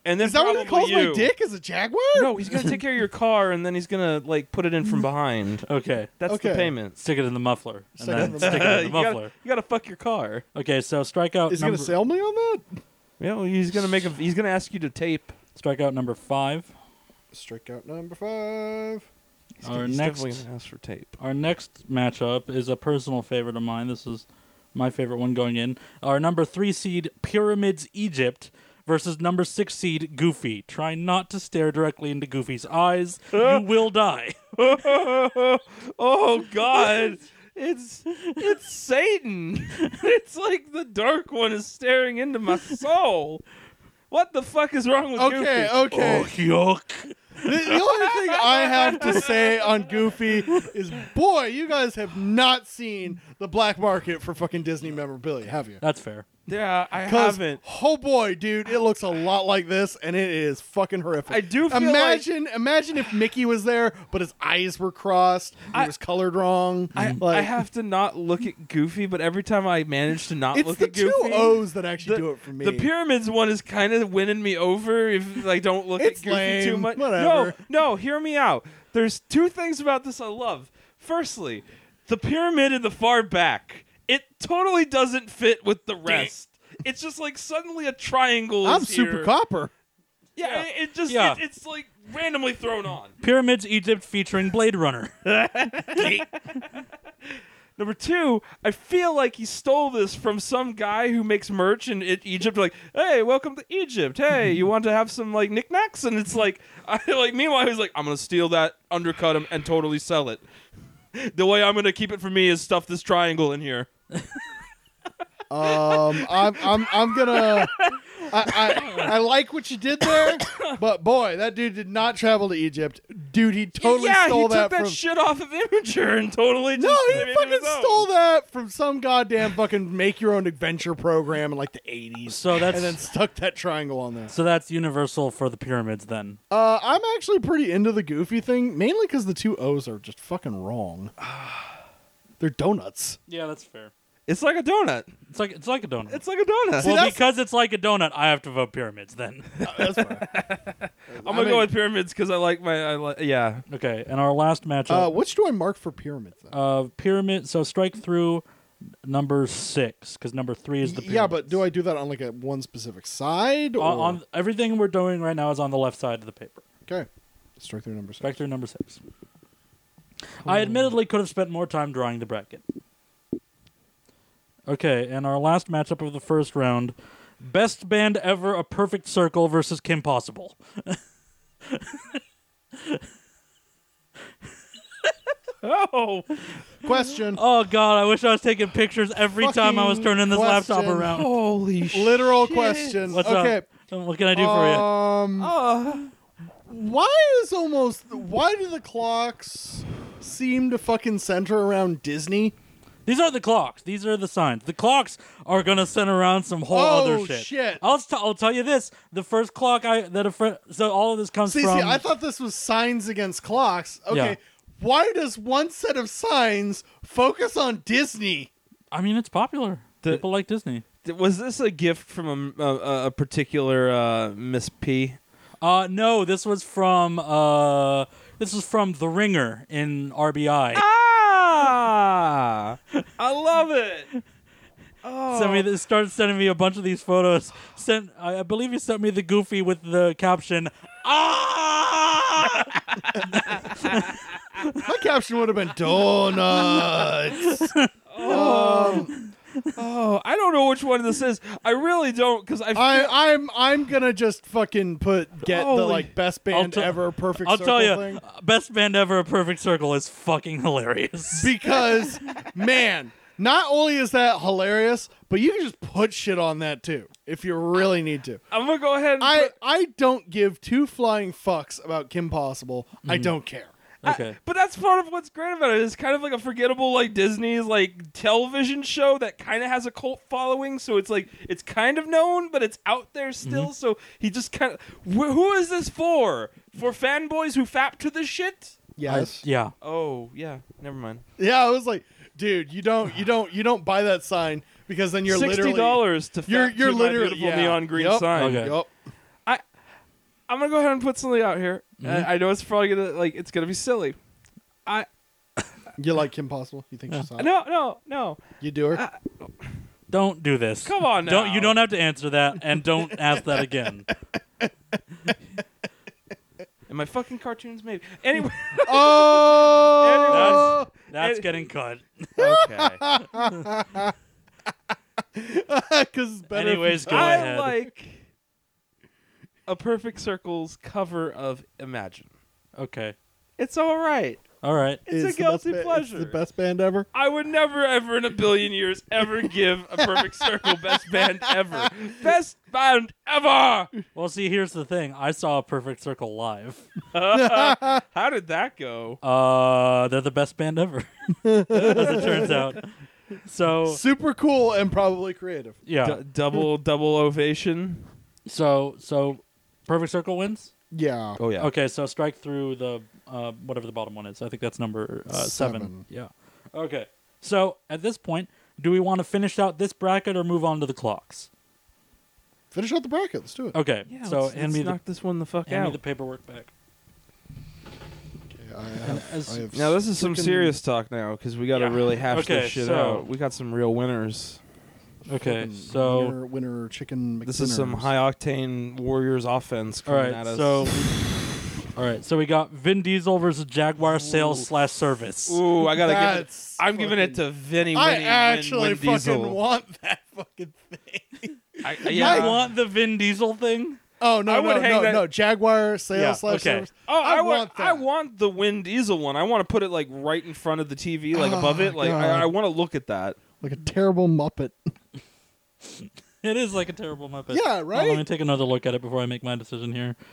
and then
Is that what he
probably
calls my
you.
dick? Is a Jaguar?
No, he's gonna take care of your car, and then he's gonna like put it in from behind. Oh,
Okay.
That's
Okay.
the payment.
Stick it in the muffler. And
Stick it in
then
the
stick it
Uh,
in the
you,
muffler.
gotta, you gotta fuck your car.
Okay, so strikeout
Is he
number
gonna sell me on that?
Yeah, well, he's gonna make a. He's gonna ask you to tape.
strikeout number five.
Strikeout number five.
He's
Our
gonna- he's
next-
definitely gonna ask for tape.
Our next matchup is a personal favorite of mine. This is my favorite one going in. Our number three seed Pyramids Egypt versus number six seed Goofy. Try not to stare directly into Goofy's eyes. you will die.
oh God. It's it's Satan. It's like the dark one is staring into my soul. What the fuck is wrong with
Okay,
Goofy? Oh.
okay.
Oh, yuck.
The, the only thing I have to say on Goofy is, boy, you guys have not seen the black market for fucking Disney memorabilia, have you?
That's fair.
Yeah, I
'Cause,
haven't.
Oh boy, dude, it looks a lot like this, and it is fucking horrific.
I do feel
imagine. Imagine if Mickey was there, but his eyes were crossed. and
I-
he was colored wrong.
I,
like,
I have to not look at Goofy, but every time I manage to not
It's
look
the
at Goofy,
two O's that actually
the,
do it for me.
the pyramids one is kind of winning me over if I don't look
It's
at Goofy too
lame.
much.
Whatever.
No, no, hear me out. There's two things about this I love. Firstly, the pyramid in the far back, it totally doesn't fit with the rest. It's just like suddenly a triangle.
I'm
is
super
here.
copper.
Yeah, It, it just
Yeah.
it- it's like randomly thrown on.
Pyramids Egypt featuring Blade Runner.
Number two, I feel like he stole this from some guy who makes merch in E- Egypt. Like, hey, welcome to Egypt. Hey,
Mm-hmm.
you want to have some like knickknacks? And it's like, I like. Meanwhile, he's like, I'm gonna steal that, undercut him, and totally sell it. The way I'm gonna keep it for me is stuff this triangle in here.
Um, I'm, I'm, I'm gonna. I, I, I like what you did there, but boy, that dude did not travel to Egypt. Dude, he totally
yeah,
stole
he took that,
from.
shit off of Imager and totally. Just
no,
made
he
it
fucking
his own.
stole that from some goddamn fucking make your own adventure program in like the '80s.
So that's
and then stuck that triangle on there.
so that's universal for the pyramids then.
Uh, I'm actually pretty into the goofy thing, mainly because the two O's are just fucking wrong. They're donuts.
Yeah, that's fair.
It's like a donut.
It's like it's like a donut.
It's like a donut.
well,
that's-
because it's like a donut, I have to vote pyramids then.
That's fine.
I'm gonna go with pyramids because I like my. I like, yeah.
okay, and our last
Uh,
matchup,
which do I mark for pyramid? Then?
uh, pyramid. So strike through number six because number three is the pyramids.
yeah, but do I do that on like a one specific side? Or?
on, on everything we're doing right now is on the left side of the paper.
okay, strike through number six.
Strike through number six.
Oh.
I admittedly could have spent more time drawing the bracket. Okay, and our last matchup of the first round Best band ever, A Perfect Circle versus Kim Possible.
Oh,
Question.
Oh god, I wish I was taking pictures every time I was
Fucking
turning this laptop
question.
around.
holy shit.
Literal question.
What's
okay.
up? What can I do for
Um,
Oh,
why is almost why do the clocks seem to fucking center around Disney?
you? These aren't the clocks. These are the signs. The clocks are gonna send around some whole
Oh,
other shit.
shit.
I'll, t- I'll tell you this: the first clock I that a friend. So all of this comes
See,
from.
see, I thought this was signs against clocks. Okay.
Yeah.
Why does one set of signs focus on Disney?
I mean, it's popular.
The-
People like Disney.
Th- was this a gift from a, a, a particular uh, Miss P?
Uh, no, this was from uh, this was from The Ringer in RBI.
Ah, I love it. Oh,
Sent me this, started sending me a bunch of these photos. Sent, I I believe he sent me the goofy with the caption, "Ah."
My caption would have been donuts. um,
oh, I don't know which one this is. I really don't because I,
I,
feel-
I'm I'm gonna just fucking put get the
Holy-
like best band
tell-
ever perfect.
I'll
circle
tell you,
thing.
uh, best band ever, a perfect circle is fucking hilarious.
because man, not only is that hilarious, but you can just put shit on that too if you really need to.
I'm gonna go ahead. And
I
put-
I don't give two flying fucks about Kim Possible. I don't care.
I-
okay.
but that's part of what's great about it. It's kind of like a forgettable like Disney's like television show that kind of has a cult following, so it's like it's kind of known, but it's out there still. So he just kind of wh- who is this for? For fanboys who fap to this shit?
Yes.
Yeah.
Oh yeah, never mind.
yeah, I was like, dude, you don't you don't you don't buy that sign because then you're
Sixty
literally
dollars to fap
You're- you're
to my
literally-
beautiful
yeah.
neon green
Yup.
sign.
Okay.
Yup.
I'm gonna go ahead and put something out here.
Mm-hmm.
I, I know it's probably gonna like it's gonna be silly. I
You like Kim Possible? You think she's hot?
no no no.
You do her?
I-
Don't do this.
Come on now.
Don't you don't have to answer that, and don't ask that again.
And my fucking cartoons maybe. Anyway.
oh,
That's
It-
getting cut.
okay.
because it's better. if you-
Anyways, go
I
ahead.
like a perfect circles cover of Imagine.
Okay.
It's all right.
All right.
It's a
the best
guilty
ba- it's
pleasure.
the best band ever.
I would never, ever in a billion years ever give a perfect circle best band ever. Best band ever.
Well, see, here's the thing. I saw a Perfect Circle live.
How did that go?
Uh, they're the best band ever, as it turns out. So
Super cool and probably creative.
yeah.
D- double double ovation.
So so, Perfect Circle wins.
Yeah.
Oh yeah.
Okay, so strike through the uh, whatever the bottom one is. I think that's number uh, seven.
Seven.
Yeah. Okay. So at this point, do we want to finish out this bracket or move on to the clocks?
Finish out the bracket. Let's do it.
Okay.
Yeah,
so
let's,
hand
let's
me the
knock this one the fuck
hand me
out.
the paperwork back.
Okay, I have,
as-
I have
now this is some
freaking-
serious talk now because we got to
Yeah.
really hash
Okay,
this shit
so-
out. We got some real winners.
Okay.
freaking
So
winner, winner chicken.
This is some
McDinners.
high octane Warriors offense
all
coming
right.
at us.
So all right. So we got Vin Diesel versus Jaguar sales slash service.
Ooh, I gotta give it.
That's
I'm giving it
fucking-
to Vinny.
I
Winnie, Win-
actually
Win
fucking
Diesel.
want that fucking thing.
I,
You
yeah.
want the Vin Diesel thing?
Oh no,
I would
no,
hang
no,
that-
no. Jaguar sales
Yeah,
slash
okay.
service.
Oh,
I
I, want.
want that.
I want the Win Diesel one. I want to put it like right in front of the TV, like above
Oh,
it. Like
God.
I, I want to look at that.
Like a terrible Muppet.
It is like a terrible Muppet.
Yeah,
Hold on,
right?
let me take another look at it before I make my decision here.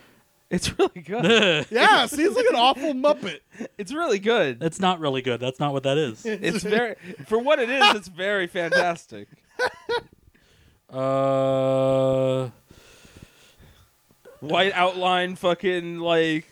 It's really good.
Yeah, seems like an awful Muppet.
it's really good.
That's not really good. That's not what that is.
It's very for what it is. It's very fantastic.
Uh,
White outline, fucking like,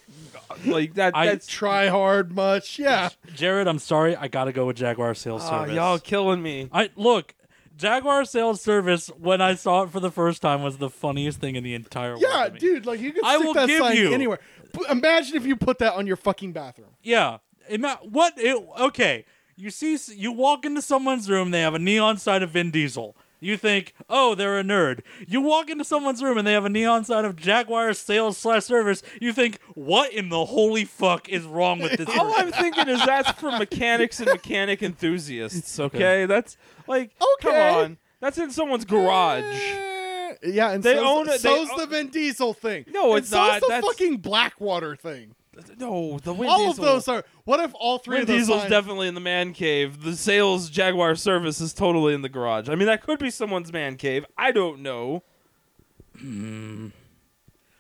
like that.
I-
that's
try hard much. Yeah.
Jared, I'm sorry. I gotta go with Jaguar Sales
Ah,
Oh,
Service.
y'all killing me.
I look. Jaguar Sales Service. When I saw it for the first time, was the funniest thing in the entire world.
Yeah,
to me.
dude, like you could
I
stick
will
that
give
sign
you-
anywhere. P- imagine if you put that on your fucking bathroom.
Yeah. Ima- what? It, okay. You see, you walk into someone's room. They have a neon sign of Vin Diesel. You think, oh, they're a nerd. You walk into someone's room and they have a neon sign of Jaguar Sales slash Service. You think, what in the holy fuck is wrong with this?
Oh,
All
person?
I'm thinking is that's for mechanics and mechanic enthusiasts. Okay, that's like,
Okay.
come on, that's in someone's garage.
Eh, Yeah, and
They
so's,
own it- they
so's
own-
the Vin Diesel thing.
No,
And
it's
so's
not.
the
That's-
fucking Blackwater thing.
No, the Vin
all
Diesel-
of those are. What if all three
Vin
of those?
Diesel's
signs-
definitely in the man cave. The sales Jaguar service is totally in the garage. I mean, that could be someone's man cave. I don't know.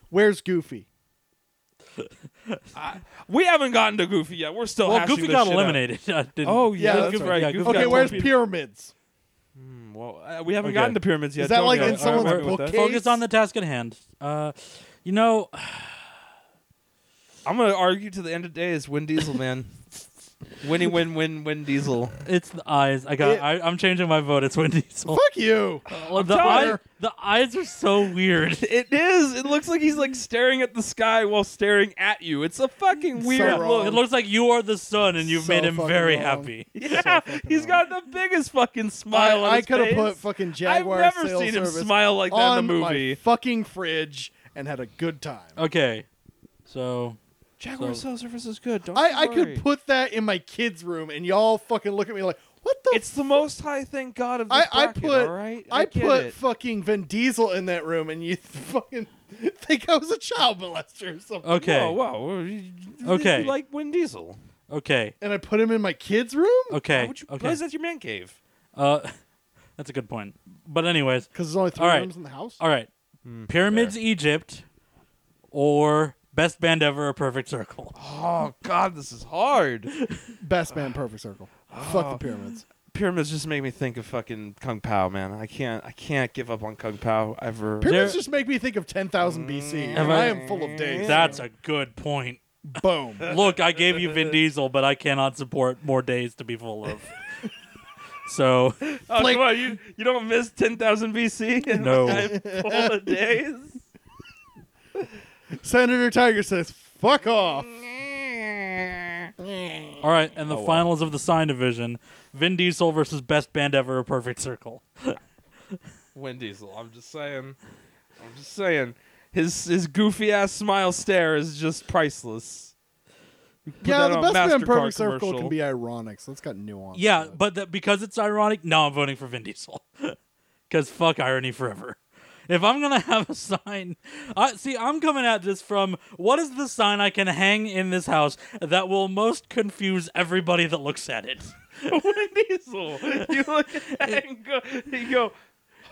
Where's Goofy?
We haven't gotten to Goofy yet. We're still
well,
hashing
Goofy
this
got
shit out.
eliminated. I didn't-
Oh
Yeah,
yeah,
that's
Goofy,
right.
right.
Yeah,
Goofy
Goofy
got
Okay, where's
torpedoed.
pyramids?
Well, uh, we haven't
Okay.
gotten to pyramids yet.
Is that
Don't
like
worry.
in
I'm
someone's
happy with that.
bookcase?
Focus on the task at hand. Uh, you know,
I'm gonna argue to the end of the day is Win Diesel, man. Winnie, win, win, win Diesel.
it's the eyes. I got.
It-
I, I'm changing my vote. It's Vin
Oh.
Diesel.
Fuck you.
Well, the,
telling
eye,
her.
the eyes are so weird.
It is. It looks like he's like staring at the sky while staring at you. It's a fucking weird
wrong.
look.
It looks like you are the sun, and you've
So
made him
fucking
very
wrong.
happy.
Yeah, he's got the biggest fucking smile. on
I, I
his
could have
face.
put fucking Jaguar
I've never
sales
seen him
service
smile like that
on
in a
my
movie. Oh,
fucking fridge and had a good time.
Okay, so
Jaguar
So-
sales service is good. Don't
I, I
you worry.
could put that in my kids' room and y'all fucking look at me like, what the?
It's the most high thank God of this
I, I
bracket,
put
all right?
I,
get
put
it.
fucking Vin Diesel in that room and you fucking think I was a child molester or something.
okay,
Whoa, whoa. you- you-
Okay.
You like Win Diesel?
okay,
And I put him in my kids' room
okay,
Why, would you, why
okay.
is that your man cave?
Uh, that's a good point. But anyways,
because there's only three
All right.
rooms in the house.
all right.
Hmm,
Pyramids, Egypt, or best band ever, a perfect circle.
Oh God, this is hard.
Best man, perfect circle. Fuck
Oh.
the pyramids.
Pyramids just make me think of fucking Kung Pao, man. I can't, I can't give up on Kung Pao ever.
Pyramids
There-
just make me think of 10,000 BC.
Have
and I,
I-
am full of days.
That's a good point.
boom.
Look, I gave you Vin Diesel, but I cannot support more days to be full of. So
oh
Blake-
come on, you you don't miss ten thousand BC? in
No.
time full of days.
Senator Tiger says, "Fuck off."
All right, and
Oh,
the
wow.
finals of the sign division: Vin Diesel versus Best Band Ever, A Perfect Circle.
Win Diesel. I'm just saying. I'm just saying. His his goofy ass smile stare is just priceless. You put
yeah,
that
the
on
best man,
MasterCard
perfect circle
commercial.
can be ironic. So it's got nuance.
Yeah,
to it.
but that because it's ironic, no, I'm voting for Vin Diesel. Because fuck irony forever. If I'm gonna have a sign, I see. I'm coming at this from what is the sign I can hang in this house that will most confuse everybody that looks at it?
Vin Diesel. You look at it and go, you go,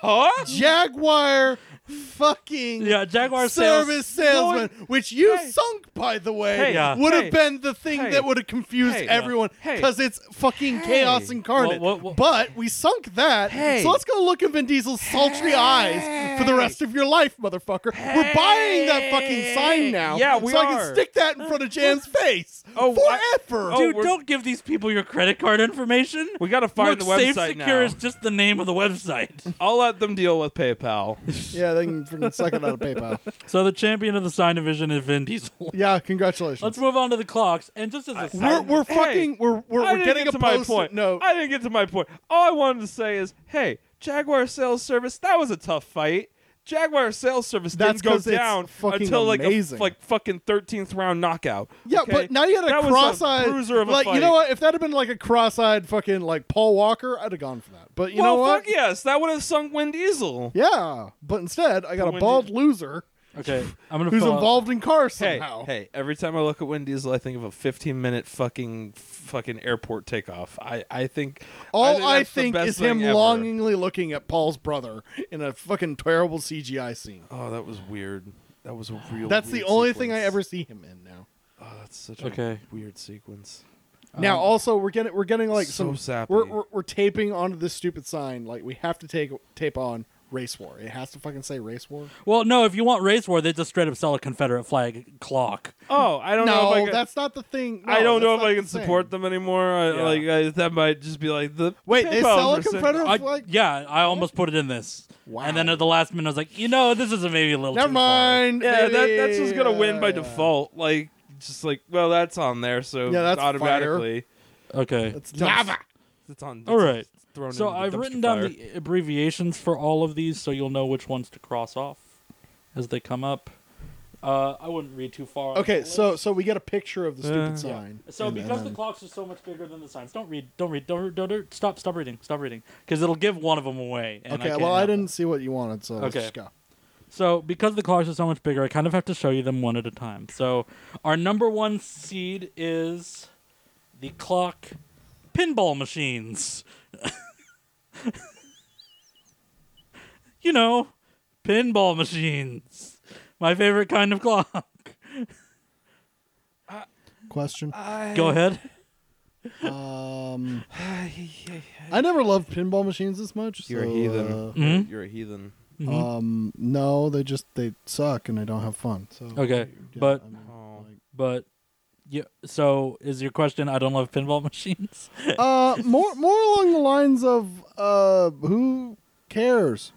huh?
Jaguar, fucking
Yeah, Jaguar sales-
service salesman, which you
Hey.
sunk by the way,
Hey,
Yeah.
would have
hey,
been the thing
hey,
that would have confused
hey,
everyone
hey,
because it's fucking chaos
hey.
incarnate.
Well, well, well-
but we sunk that,
Hey.
so let's go look in Vin Diesel's sultry eyes for the rest of your life, motherfucker. We're buying that fucking sign now,
Yeah, we
so I can
are.
stick that in front of Jan's face
Oh, I-
forever.
Oh,
Dude,
we're-
don't give these people your credit card information.
We gotta find
Look,
the
Safe
website
Secure
now.
is just the name of the website.
I'll let them deal with PayPal.
Yeah, they can freaking suck it out of PayPal.
So the champion of the sign division is Vin Diesel.
Yeah, congratulations.
Let's move on to the clocks. And just as a side,
we're we're
Hey,
fucking we're we're,
I
we're
didn't
getting
get to
a
my
post
point.
note.
I didn't get to my point. All I wanted to say is, hey, Jaguar Sales Service, that was a tough fight. Jaguar Sales Service
That's
didn't
'cause
go
it's
down
fucking
until like
amazing.
a, like fucking thirteenth round knockout.
Yeah,
okay?
but now you had a
That was a
cross-eyed
bruiser of a
like you
fight.
know what? If that had been like a cross-eyed fucking like Paul Walker, I'd have gone for that. But you
well,
know what?
fuck yes, that would have sunk Win Diesel.
Yeah, but instead I got
But
a
when
bald
did-
loser
okay, I'm gonna
who's
fill out-
involved in cars
Hey,
somehow.
hey! Every time I look at Win Diesel, I think of a 15-minute fucking fucking airport takeoff. I I think
All I
I that's the
think
best
is him
thing ever.
longingly looking at Paul's brother in a fucking terrible CGI scene.
Oh, that was weird. That was a real.
That's the
weird
only thing I
sequence.
ever see him in now.
Oh, that's such
Okay.
a weird sequence.
Now, also, we're getting we're getting like
Um, So
some
sappy.
We're, we're we're taping onto this stupid sign. Like we have to take tape on race war. It has to fucking say race war.
Well, no, if you want race war, they just straight up sell a Confederate flag clock.
Oh, I don't know.
no,
If I, can,
that's not the thing. No,
I don't know if
that's not
I can
the thing.
support them anymore. I,
Yeah.
Like I, that might just be like the
Wait, they
PayPal
sell a
percent-
Confederate
I,
Oh, flag?
yeah, I almost put it in this.
Wow.
And then at the last minute, I was like, you know, this is maybe a little
Never
too
mind.
Yeah, that,
maybe,
that's just gonna win by
uh,
default. Like just like well, that's on there, so
Yeah, that's
automatically
Far. Okay.
It's lava.
it's on. It's
All right.
thrown
So
into the
I've
dumpster
written down
fire.
the abbreviations for all of these, so you'll know which ones to cross off as they come up. Uh, I wouldn't read too far. on
Okay,
the
so
list.
so we get a picture of the stupid
Uh,
sign.
So
and
because the
then-
clocks are so much bigger than the signs, don't read, don't read, don't, don't, don't stop, stop reading, stop reading, because it'll give one of them away. and I
okay,
can't
well I
have
didn't
that.
see what you wanted, so let's
Okay.
just go.
So because the cars are so much bigger, I kind of have to show you them one at a time. So our number one seed is the clock pinball machines. you know, pinball machines. My favorite kind of clock.
Question.
Go ahead.
Um, I never loved pinball machines as much.
You're a
so,
heathen. Mm-hmm.
uh,
Mhm.
You're a heathen.
Mhm.
Um, no, they just they suck and they don't have fun. So
okay,
yeah,
but
I mean,
Oh.
but yeah. So is your question? I don't love pinball machines.
uh, more more along the lines of uh, who cares?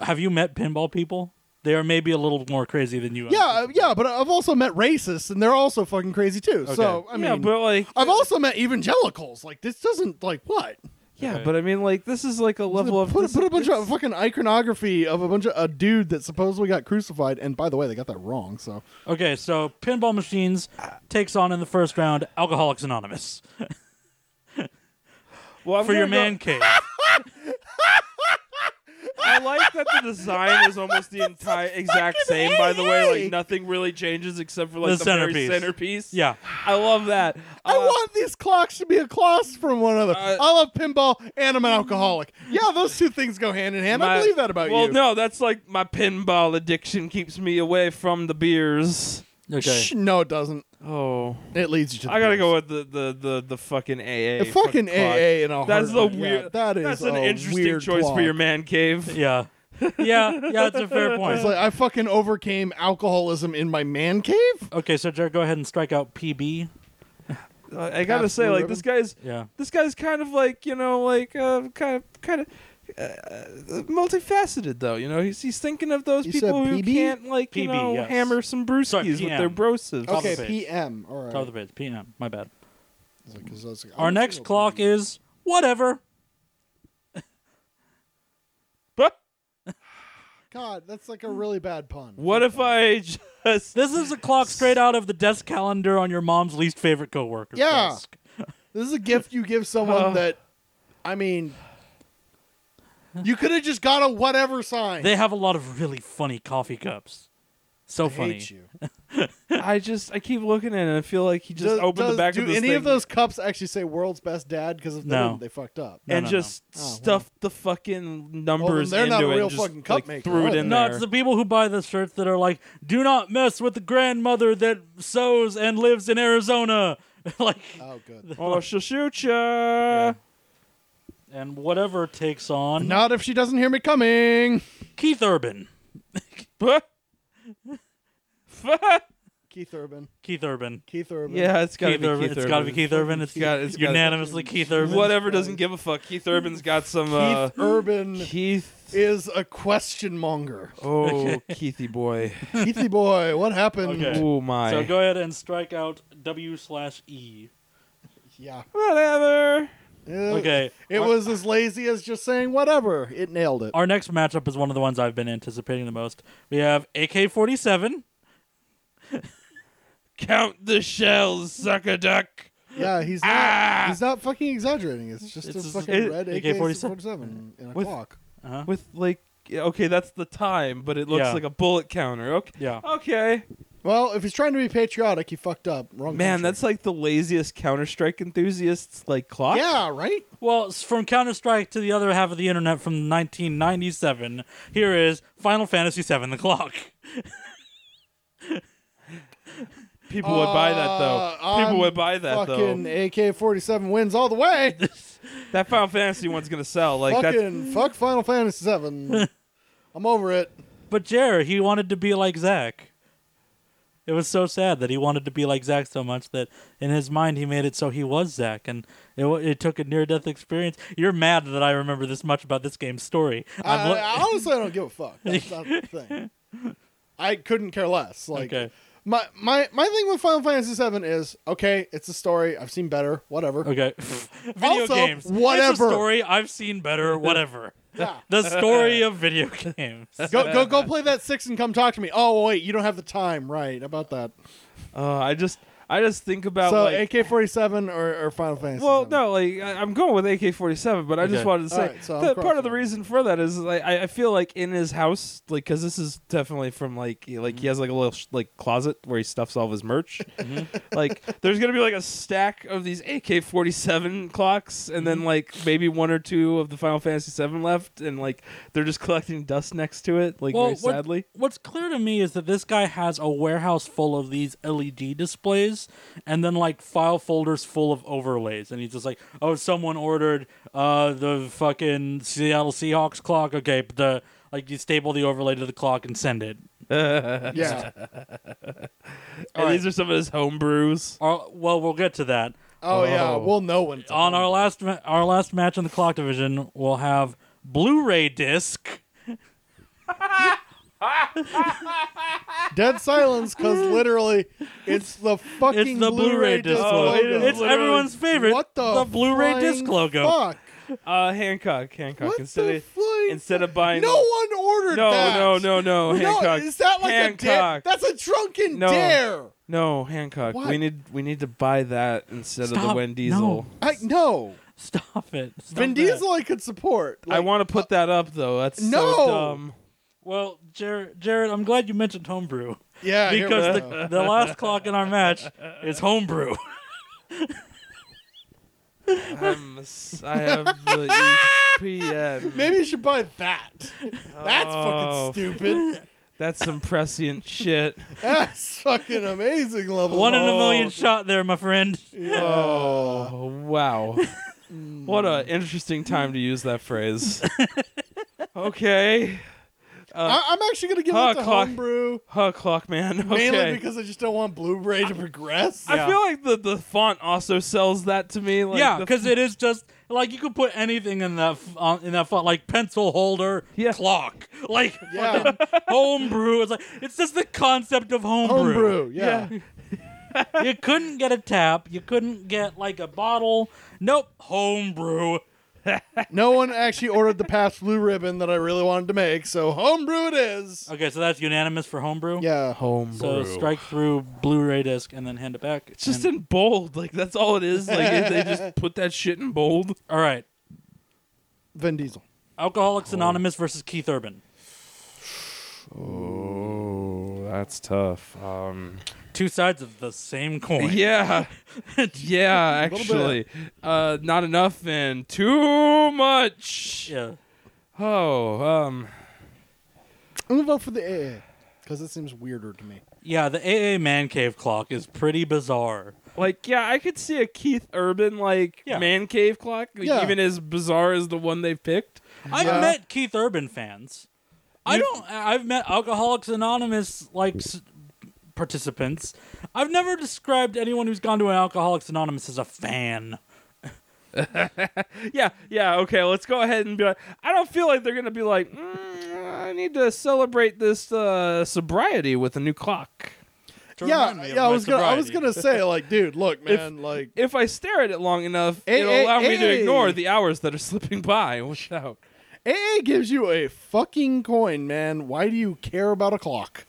Have you met pinball people? They are maybe a little more crazy than you.
Yeah, uh, yeah, but I've also met racists and they're also fucking crazy too. So
Okay.
I mean,
yeah, but like,
I've also met evangelicals. Like this doesn't like what
yeah,
Okay.
but I mean, like, this is like a level of
put,
this-
put a bunch of
this-
fucking iconography of a bunch of a dude that supposedly got crucified. And by the way, they got that wrong. So
Okay, so pinball machines takes on in the first round Alcoholics Anonymous
Well, I'm
for your
gonna go-
man cave.
I like that the design is almost the entire exact same. By the way,
hey!
like nothing really changes except for like
The
the,
centerpiece.
Very centerpiece.
yeah,
I love that.
I
Uh,
want these clocks to be across from one another.
Uh,
I love pinball and I'm an alcoholic. Yeah, those two things go hand in hand. I
my-
believe that about
Well,
you.
no, that's like my pinball addiction keeps me away from the beers.
okay.
Shh, no, it doesn't.
Oh,
It leads you to. The
I gotta
beers.
go with the the the, the fucking AA.
The fucking
clock.
AA and all.
That's the
heart-
weird.
Yeah, that is.
that's an
a
interesting
weird
choice
clock.
for your man cave.
Yeah, yeah, yeah. That's a fair
It's
point.
like I fucking overcame alcoholism in my man cave.
Okay, so Jared, go ahead and strike out PB.
I I gotta say,
Absolute
like this guy's
Yeah,
this guy's kind of like you know like uh, kind of kind of uh, uh, multifaceted though you know he's he's thinking of those
You
people
said
who
PB?
can't like you
PB,
know
yes.
hammer some brewskis
Sorry,
with
PM.
their broses
Top of
okay,
the page.
PM. All right.
top of the page. PM. My bad.
It's like- 'cause I was like,
Our
I'm
next
single.
clock is whatever.
but
God, that's like a really bad pun.
what if I just
This is a clock straight out of the desk calendar on your mom's least favorite coworker.
Yeah.
desk.
This is a gift you give someone
Uh.
that, I mean, you could have just got a whatever sign.
They have a lot of really funny coffee cups. So
I
funny.
hate you.
I just I keep looking at it and I feel like he just
Does-
opened
does-
the back
do
of this
any
thing
of those cups actually say "World's Best Dad"? Because if they
No.
didn't, they fucked up.
No,
and
no, no.
just
Oh, well.
stuffed the fucking numbers
they're not a
into it
real
and just
fucking cup
like,
maker,
threw
are
it
they?
in
No,
there.
it's the people who buy the shirts that are like, "Do not mess with the grandmother that sews and lives in Arizona." like,
Oh, good.
oh she'll shoot ya.
and whatever takes on
Not if she doesn't hear me coming.
Keith Urban.
But-
Keith Urban.
Keith Urban.
Keith Urban.
yeah it's gotta be Keith
It's got to be
Urban.
Keith Urban. It's,
It's gotta- it's gotta-
unanimously Keith Urban.
Whatever doesn't give a fuck. Keith Urban's got some. uh,
Keith Urban
Keith.
is a question monger.
Oh, Keithy boy.
Keithy E boy, what happened?
Okay.
Oh my.
So go ahead and strike out W slash E.
Yeah. Uh,
Whatever.
Okay.
It was as lazy as just saying whatever. It nailed it.
Our next matchup is one of the ones I've been anticipating the most. We have AK forty seven.
Count the shells, sucker duck.
Yeah, he's not.
Ah!
He's not fucking exaggerating. It's just
It's
a
just-
fucking
it-
red
AK-47.
AK-47 in a
With-
clock.
Uh-huh.
With like, yeah, okay, that's the time, but it looks
Yeah.
like a bullet counter. Okay.
Yeah.
Okay.
Well, if he's trying to be patriotic, he fucked up. Wrong.
Man,
country.
that's like the laziest Counter Strike enthusiasts like clock.
yeah, right.
Well, s- from Counter Strike to the other half of the internet from 1997, here is Final Fantasy VII: The Clock.
People would buy that though.
Uh,
People
I'm
would buy that
fucking
though.
AK-47 wins all the way.
That Final Fantasy one's gonna sell. Like that's
fucking fuck Final Fantasy VII. I'm over it.
But Jared, he wanted to be like Zack. It was so sad that he wanted to be like Zack so much that in his mind he made it so he was Zack, and it, wa- it took a near-death experience. You're mad that I remember this much about this game's story. I'm
I,
lo-
I honestly I don't give a fuck. That's not the thing. I couldn't care less. Like
okay,
my my my thing with Final Fantasy VII is okay. It's a story. I've seen better. Whatever.
okay. video
Also,
games. It's a
whatever.
story I've seen better. Whatever.
Yeah.
the story of video games.
go go go play that six and come talk to me. Oh wait, you don't have the time, right? About that.
Uh, I just I just think about
so
like
AK forty seven or or Final Fantasy.
Well,
VII?
no, like I- I'm going with AK-47, but I just
Okay.
wanted to say
Alright, so I'm
that part of the
crossing.
reason for that is like I, I feel like in his house, like because this is definitely from like he- like he has like a little sh- like closet where he stuffs all of his merch. like there's gonna be like a stack of these AK-47 clocks, and then like maybe one or two of the Final Fantasy 7 left, and like they're just collecting dust next to it, like very
what-
sadly.
what's clear to me is that this guy has a warehouse full of these LED displays, and then like file folders full of overlays, and he's just like, "Oh, someone ordered uh the fucking Seattle Seahawks clock. Okay, but the like you staple the overlay to the clock and send it."
yeah.
and these are some of his home brews.
Uh, well, we'll get to that.
Oh, yeah,
Oh.
we'll know when. to-
On our last ma- our last match in the clock division, we'll have Blu-ray disc.
Dead silence because literally it's the fucking
It's the Blu-ray, disc
disc
logo.
logo.
It's
Literally.
everyone's favorite.
What the,
the Blu-ray
flying
disc logo.
Fuck.
Uh, Hancock, Hancock.
What
instead
the
of
flying
instead of
No
buying
one ordered
no,
that.
no, no, no, Hancock.
is that like a dare?
Hancock.
That's a drunken
No.
dare.
no, Hancock.
What?
We need we need to buy that instead of the
Stop.
Vin Diesel.
No.
I no.
Stop it. Stop
Vin
that.
Diesel I could support.
I
Like, uh,
want to put that up though. That's
No.
so dumb.
Well, Jared, Jared, I'm glad you mentioned homebrew
yeah here we
because
go.
the, the last clock in our match is homebrew.
I'm, s- I have E the EPN.
maybe you should buy that. That's
Oh.
fucking stupid.
That's some prescient shit.
That's fucking amazing level.
One in a million
Oh.
shot there, my friend.
Oh.
Oh wow, what an interesting time to use that phrase. okay,
I, I'm actually gonna give
Huh,
it to
clock.
homebrew
huh, clock man. Okay.
mainly because I just don't want Blu-ray to progress.
I feel like the, the font also sells that to me. Like
yeah,
the-
because it is just like you could put anything in that f- on in that font, like pencil holder,
Yeah.
clock, like
Yeah.
fucking homebrew. It's like it's just the concept of homebrew.
homebrew. Yeah.
yeah.
You couldn't get a tap. You couldn't get like a bottle. Nope, homebrew.
no one actually ordered the past blue ribbon that I really wanted to make, so homebrew it is.
Okay, so that's unanimous for homebrew.
Yeah.
Home.
So strike through Blu-ray disc and then hand it back.
It's just
and,
in bold. Like that's all it is. Like if they just put that shit in bold.
all right.
Vin Diesel.
Alcoholics Anonymous versus Keith Urban.
Oh, that's tough. Um,
Two sides of the same coin.
yeah, yeah.
little bit.
Actually, uh, not enough and too much.
Yeah.
Oh, um,
I'm gonna vote for the AA because it seems weirder to me.
Yeah, the AA man cave clock is pretty bizarre.
like yeah, I could see a Keith Urban like
Yeah.
man cave clock, like,
Yeah.
even as bizarre as the one they picked.
I've
Yeah.
met Keith Urban fans. I don't I've met Alcoholics Anonymous like s- participants. I've never described anyone who's gone to an Alcoholics Anonymous as a fan.
Yeah, yeah, okay. Let's go ahead and be like, I don't feel like they're gonna be like, mm, I need to celebrate this uh, sobriety with a new clock.
To
yeah,
remind me of
yeah. I
my
was gonna, I was
sobriety.
gonna say, like, dude, look, man, like,
If I stare at it long enough,
Hey,
it'll
hey,
allow me to
hey.
ignore the hours that are slipping by. Watch out.
AA gives you a fucking coin, man. Why do you care about a clock?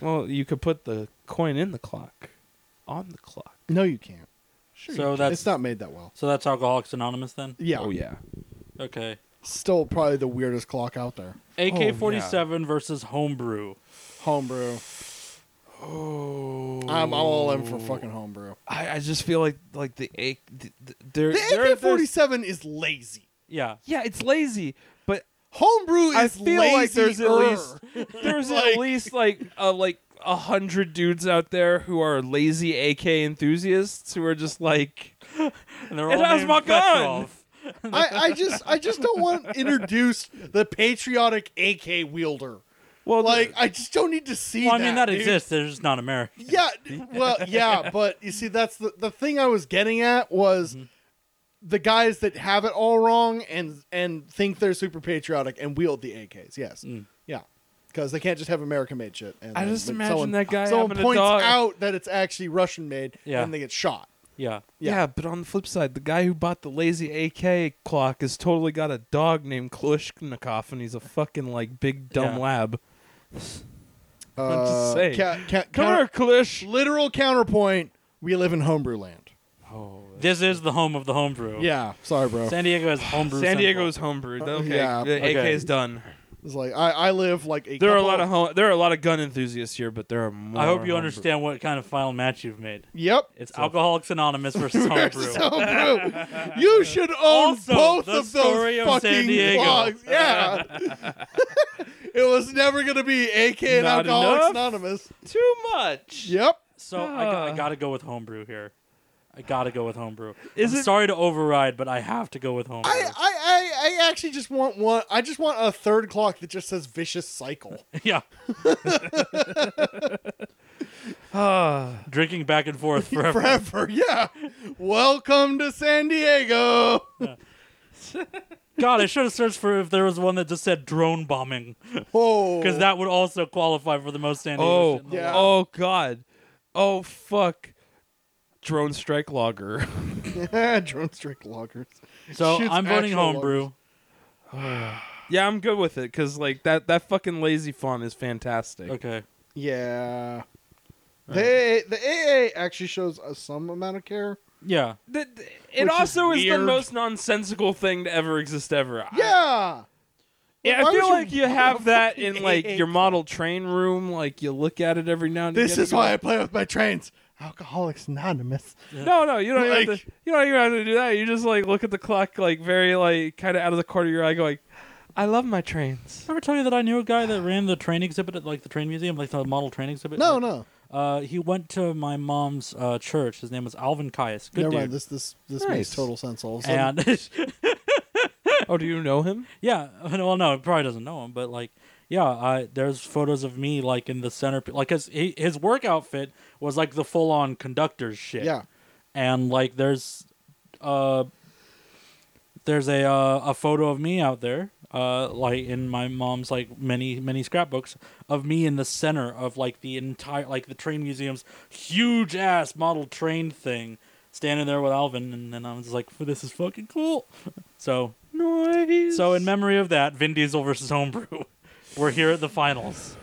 Well, you could put the coin in the clock, on the clock.
No, you can't.
Sure. you
So
can.
that's
It's not made that well.
so that's Alcoholics Anonymous then.
Yeah.
oh yeah.
Okay.
Still probably the weirdest clock out there.
AK forty seven versus homebrew.
Homebrew.
Oh.
I'm I'm all in for fucking homebrew.
I, I just feel like like the a the, the, there- there-
The AK forty seven is lazy.
Yeah.
Yeah, it's lazy, but
Homebrew is
I feel like there's at
lazier.
least there's
Like-
at least like a like a hundred dudes out there who are lazy AK enthusiasts who are just like
And they're
It
all
has
named
my gun!
Petrov.
I, I just I just don't want to introduce the patriotic AK wielder.
well
Like I just don't need to see.
Well, I mean that
dude.
exists. They're just not American.
Yeah. d- Well, yeah, but you see, that's the the thing I was getting at was
Mm-hmm.
the guys that have it all wrong and and think they're super patriotic and wield the AKs. Yes. Yeah. Because they can't just have American made shit. And
Mm. I
then
just
when
imagine
someone,
that guy
Someone
having a
points
dog.
out that it's actually Russian made,
Yeah.
and they get shot.
Yeah.
yeah.
yeah.
but on the flip side, the guy who bought the lazy AK clock has totally got a dog named Kalishnikov, and he's a fucking like big dumb
Yeah.
lab.
Uh,
just saying.
ca- ca-
Come
counter-
here, Kalish.
Literal counterpoint. We live in homebrew land.
Oh,
This is the home of the homebrew.
Yeah, sorry, bro.
San Diego has homebrew.
San Diego
central.
is homebrewed.
Uh,
Okay,
yeah.
the AK
Oh, Okay.
is done.
It's like I, I live like a.
There are a
couple-
lot of home, there are a lot of gun enthusiasts here, but there are more.
I hope you
homebrew-
understand what kind of final match you've made.
Yep.
It's Alcoholics Anonymous versus homebrew.
Versus homebrew. you should own
Also,
both
the
of
story
those
of
fucking
San Diego.
blogs. Yeah. it was never gonna be AK and
Not
Alcoholics
enough?
Anonymous.
Too much.
Yep.
So I, g- I
Ah.
gotta go with homebrew here. I gotta go with homebrew.
Is
I'm
it-
sorry to override, but I have to go with homebrew.
I, I, I, I actually just want one. I just want a third clock that just says vicious cycle.
yeah,
Ah.
drinking back and forth forever.
Forever. Yeah. Welcome to San Diego.
God, I should have searched for if there was one that just said drone bombing,
Oh.
because that would also qualify for the most San Diego.
oh,
shit in the
yeah.
world.
oh god, oh fuck, drone strike logger.
drone strike loggers.
So
Shoots
I'm voting
actual
homebrew.
loggers.
yeah, I'm good with it because like that that fucking lazy font is fantastic.
Okay.
Yeah. They the AA actually shows us some amount of care.
Yeah.
Th- th-
Which
it
is
also is, the
weird.
most nonsensical thing to ever exist ever. I-
Yeah.
Yeah,
Why
I feel
would
like you have that in like
fucking
your
AA
model train room. Like you look at it every now and
This
again.
is why I play with my trains. Alcoholics Anonymous.
No, no, you don't even have
Like-
to. You don't even have to do that. You just like look at the clock, like very like kind of out of the corner of your eye, going, "I love my trains."
Ever tell you that I knew a guy that ran the train exhibit at like the train museum, like the model train exhibit?
No, no.
Uh, he went to my mom's uh, church. His name was Alvin Caius. Good
Never
dude.
mind. This this this
Nice.
makes total sense. All of a sudden.
and
Oh, do you know him?
yeah, well, no, he probably doesn't know him, but like, yeah, I, there's photos of me like in the center, like his he, his work outfit was like the full on conductor's shit.
yeah.
and like there's uh there's a uh, a photo of me out there uh like in my mom's like many many scrapbooks of me in the center of like the entire like the train museum's huge ass model train thing standing there with Alvin and then I was like this is fucking cool so
Noise.
so in memory of that Vin Diesel versus Homebrew we're here at the finals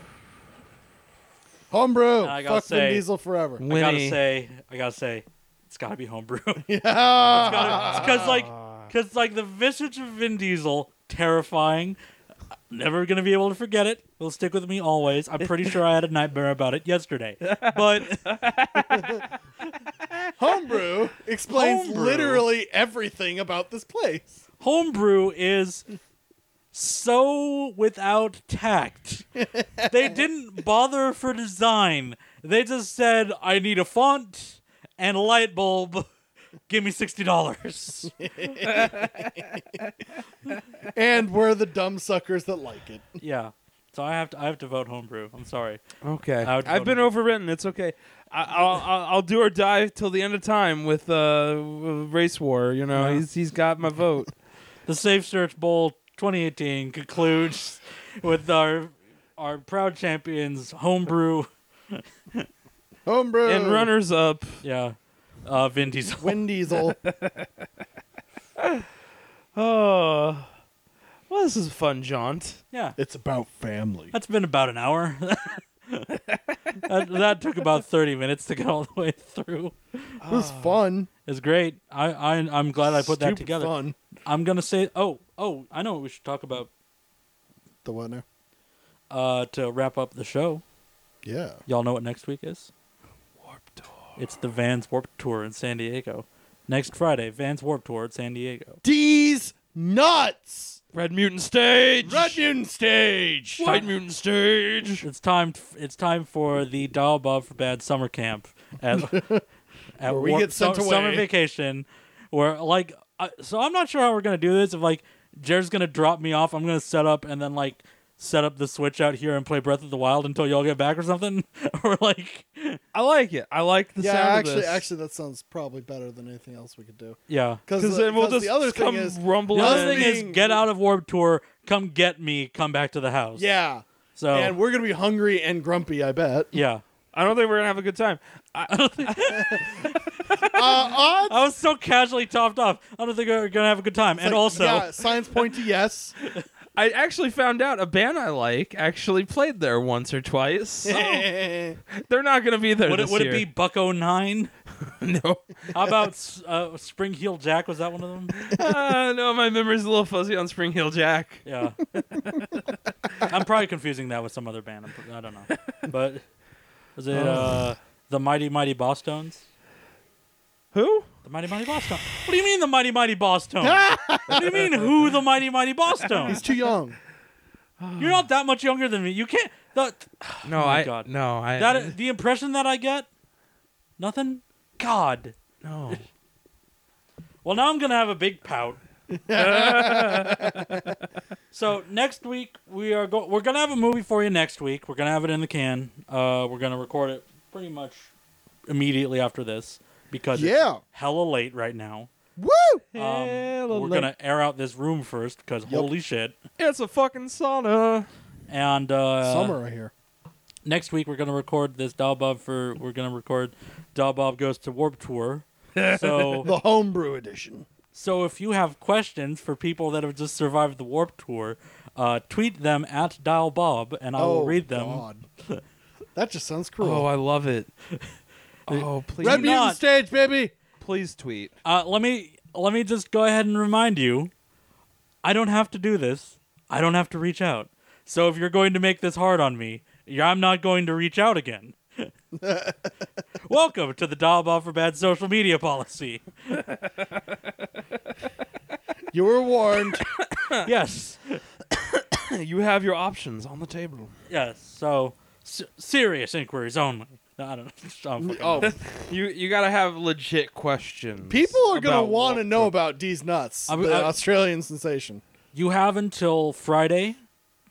Homebrew.
And I gotta
Fuck Vin
say-
Diesel forever.
I gotta
Winnie.
say I gotta say it's gotta be Homebrew
Yeah.
because like because like the visage of Vin Diesel terrifying. Never gonna be able to forget it. Will stick with me always. I'm pretty sure I had a nightmare about it yesterday. But
Homebrew explains
Homebrew.
literally everything about this place.
homebrew is so without tact. They didn't bother for design. They just said, "I need a font and a light bulb. Give me sixty dollars."
And we're the dumb suckers that like it.
yeah. So I have to. I have to vote homebrew. I'm sorry.
Okay,
I would
I've
vote
been
him.
overwritten. It's okay. I, I'll, I'll I'll do or die till the end of time with uh race war. You know,
Yeah.
he's he's got my vote.
The Safe Search Bowl 2018 concludes with our our proud champions homebrew.
Homebrew.
and runners up.
Yeah, uh, Vin Diesel.
Vin Diesel.
Oh, well, this is a fun jaunt.
Yeah,
it's about family.
that's been about an hour. that, that took about 30 minutes to get all the way through.
It was fun.
It's great. I, I I'm glad I put that
Stupid
together.
Fun.
I'm gonna say. Oh oh, I know what we should talk about
The what now?
uh, to wrap up the show.
Yeah.
Y'all know what next week is?
Warp Tour.
It's the Vans Warp Tour in San Diego. Next Friday, Vans Warp Tour at San Diego.
D's nuts.
Red Mutant Stage.
Red Mutant Stage.
White Mutant Stage.
It's time. It's time for the Dial Bob for Bad summer camp at, at
Where we
Warp-
get sent
sum- summer
away.
vacation. Where like, I, so I'm not sure how we're gonna do this. If like Jared's gonna drop me off, I'm gonna set up and then like set up the switch out here and play Breath of the Wild until y'all get back or something. or like,
I like it. I like the
yeah,
sound
actually,
of this.
actually, that sounds probably better than anything else we could do.
yeah.
because then we'll just
the other
come
thing is,
The
rumbling.
other
in.
thing is, get out of Warp Tour. Come get me. Come back to the house.
yeah,
So
and we're gonna be hungry and grumpy. I bet.
yeah.
I don't think we're gonna have a good time. I,
uh, odds-
I was so casually topped off. I don't think we're gonna have a good time.
It's
and
like,
also,
yeah, signs point to yes.
I actually found out a band I like actually played there once or twice.
Oh,
They're not going to be there
Would it
this
would
year.
it be Bucko Nine?
be? no,
How about s- uh, Spring Heel Jack? Was that one of them?
uh, no. My memory's a little fuzzy on Spring Hill Jack.
Yeah. I'm probably confusing that with some other band. I'm, pr- I don't know. But was it uh, the Mighty Mighty Bosstones?
Who?
The Mighty Mighty Bosstones. What do you mean the Mighty Mighty Bosstones? what do you mean who the Mighty Mighty
He's
Bosstones?
too young.
You're not that much younger than me. You can't. The,
No,
Oh my
I.
God.
No, I.
that the impression that I get, nothing. God.
no.
Well, now I'm gonna have a big pout. so next week we are go- we're gonna have a movie for you next week. We're gonna have it in the can. Uh, we're gonna record it pretty much immediately after this because
Yeah.
it's hella late right now.
Woo!
Um,
Hella
we're
late.
gonna air out this room first because holy shit.
It's a fucking sauna.
And uh,
Summer right here.
next week we're gonna record this Doll Bob for we're gonna record Doll Bob goes to Warp Tour. So
The homebrew edition.
So if you have questions for people that have just survived the warp tour, uh, tweet them at Dial Bob, and I will read them.
Oh, God. that just sounds cruel.
Oh, I love it. Oh, please,
Red Mutant
not.
stage, baby.
please tweet.
Uh, let me let me just go ahead and remind you, I don't have to do this. I don't have to reach out. So if you're going to make this hard on me, y- I'm not going to reach out again. Welcome to the Dial Bob for Bad Social Media Policy.
You were warned.
yes.
You have your options on the table.
Yes. So s- serious inquiries only. I don't. I'm fucking-
oh,
You you gotta have legit questions.
people are gonna
about
want to
what-
know about D's nuts,
I-
the
I-
Australian sensation,
You have until Friday,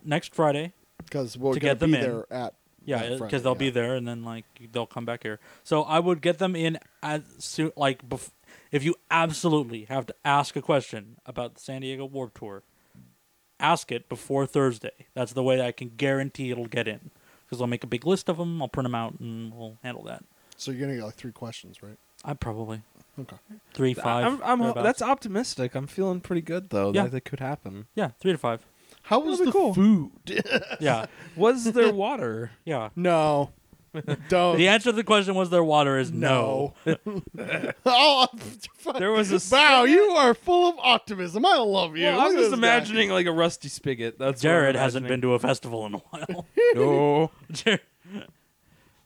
next Friday.
because we're
To
gonna
get them
be
in.
there at
Yeah,
on
because
Friday,
they'll
yeah.
be there, and then like they'll come back here. So I would get them in as soon, like bef- if you absolutely have to ask a question about the San Diego Warp Tour, ask it before Thursday. That's the way I can guarantee it'll get in. Because I'll make a big list of them, I'll print them out, and we'll handle that.
So you're gonna get like three questions, right?
I probably
Okay.
three five.
I'm, I'm
thereabouts.
that's optimistic. I'm feeling pretty good though.
Yeah.
That, that could happen.
yeah, three to five.
How was
That'd
the
be cool.
food?
Yeah,
Was there water?
yeah.
no, don't.
The answer to the question was their water is
no. oh,
There was a
wow! You are full of optimism. I love you.
Well,
Look
I'm
at
just
this guy.
imagining like a rusty spigot. That's what I'm
Jared hasn't been
imagining.
to a festival in a while.
No.
Sure.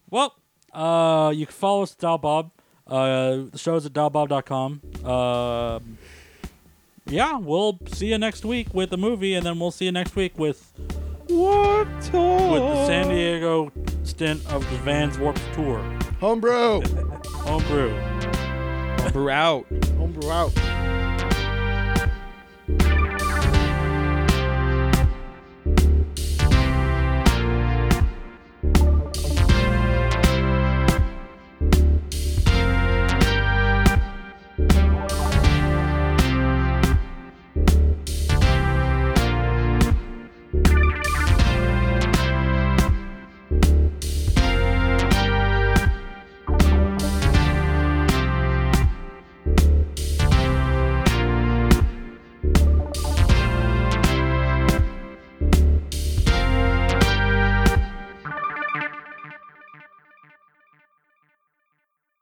well, uh, you can follow us at Dial Bob. Uh, the show is at dialbob.com. Uh, yeah, we'll see you next week with the movie, and then we'll see you next week with,
What?
with the San Diego stint of the Vans Warped Tour.
homebrew.
Homebrew.
We're out.
homebrew out.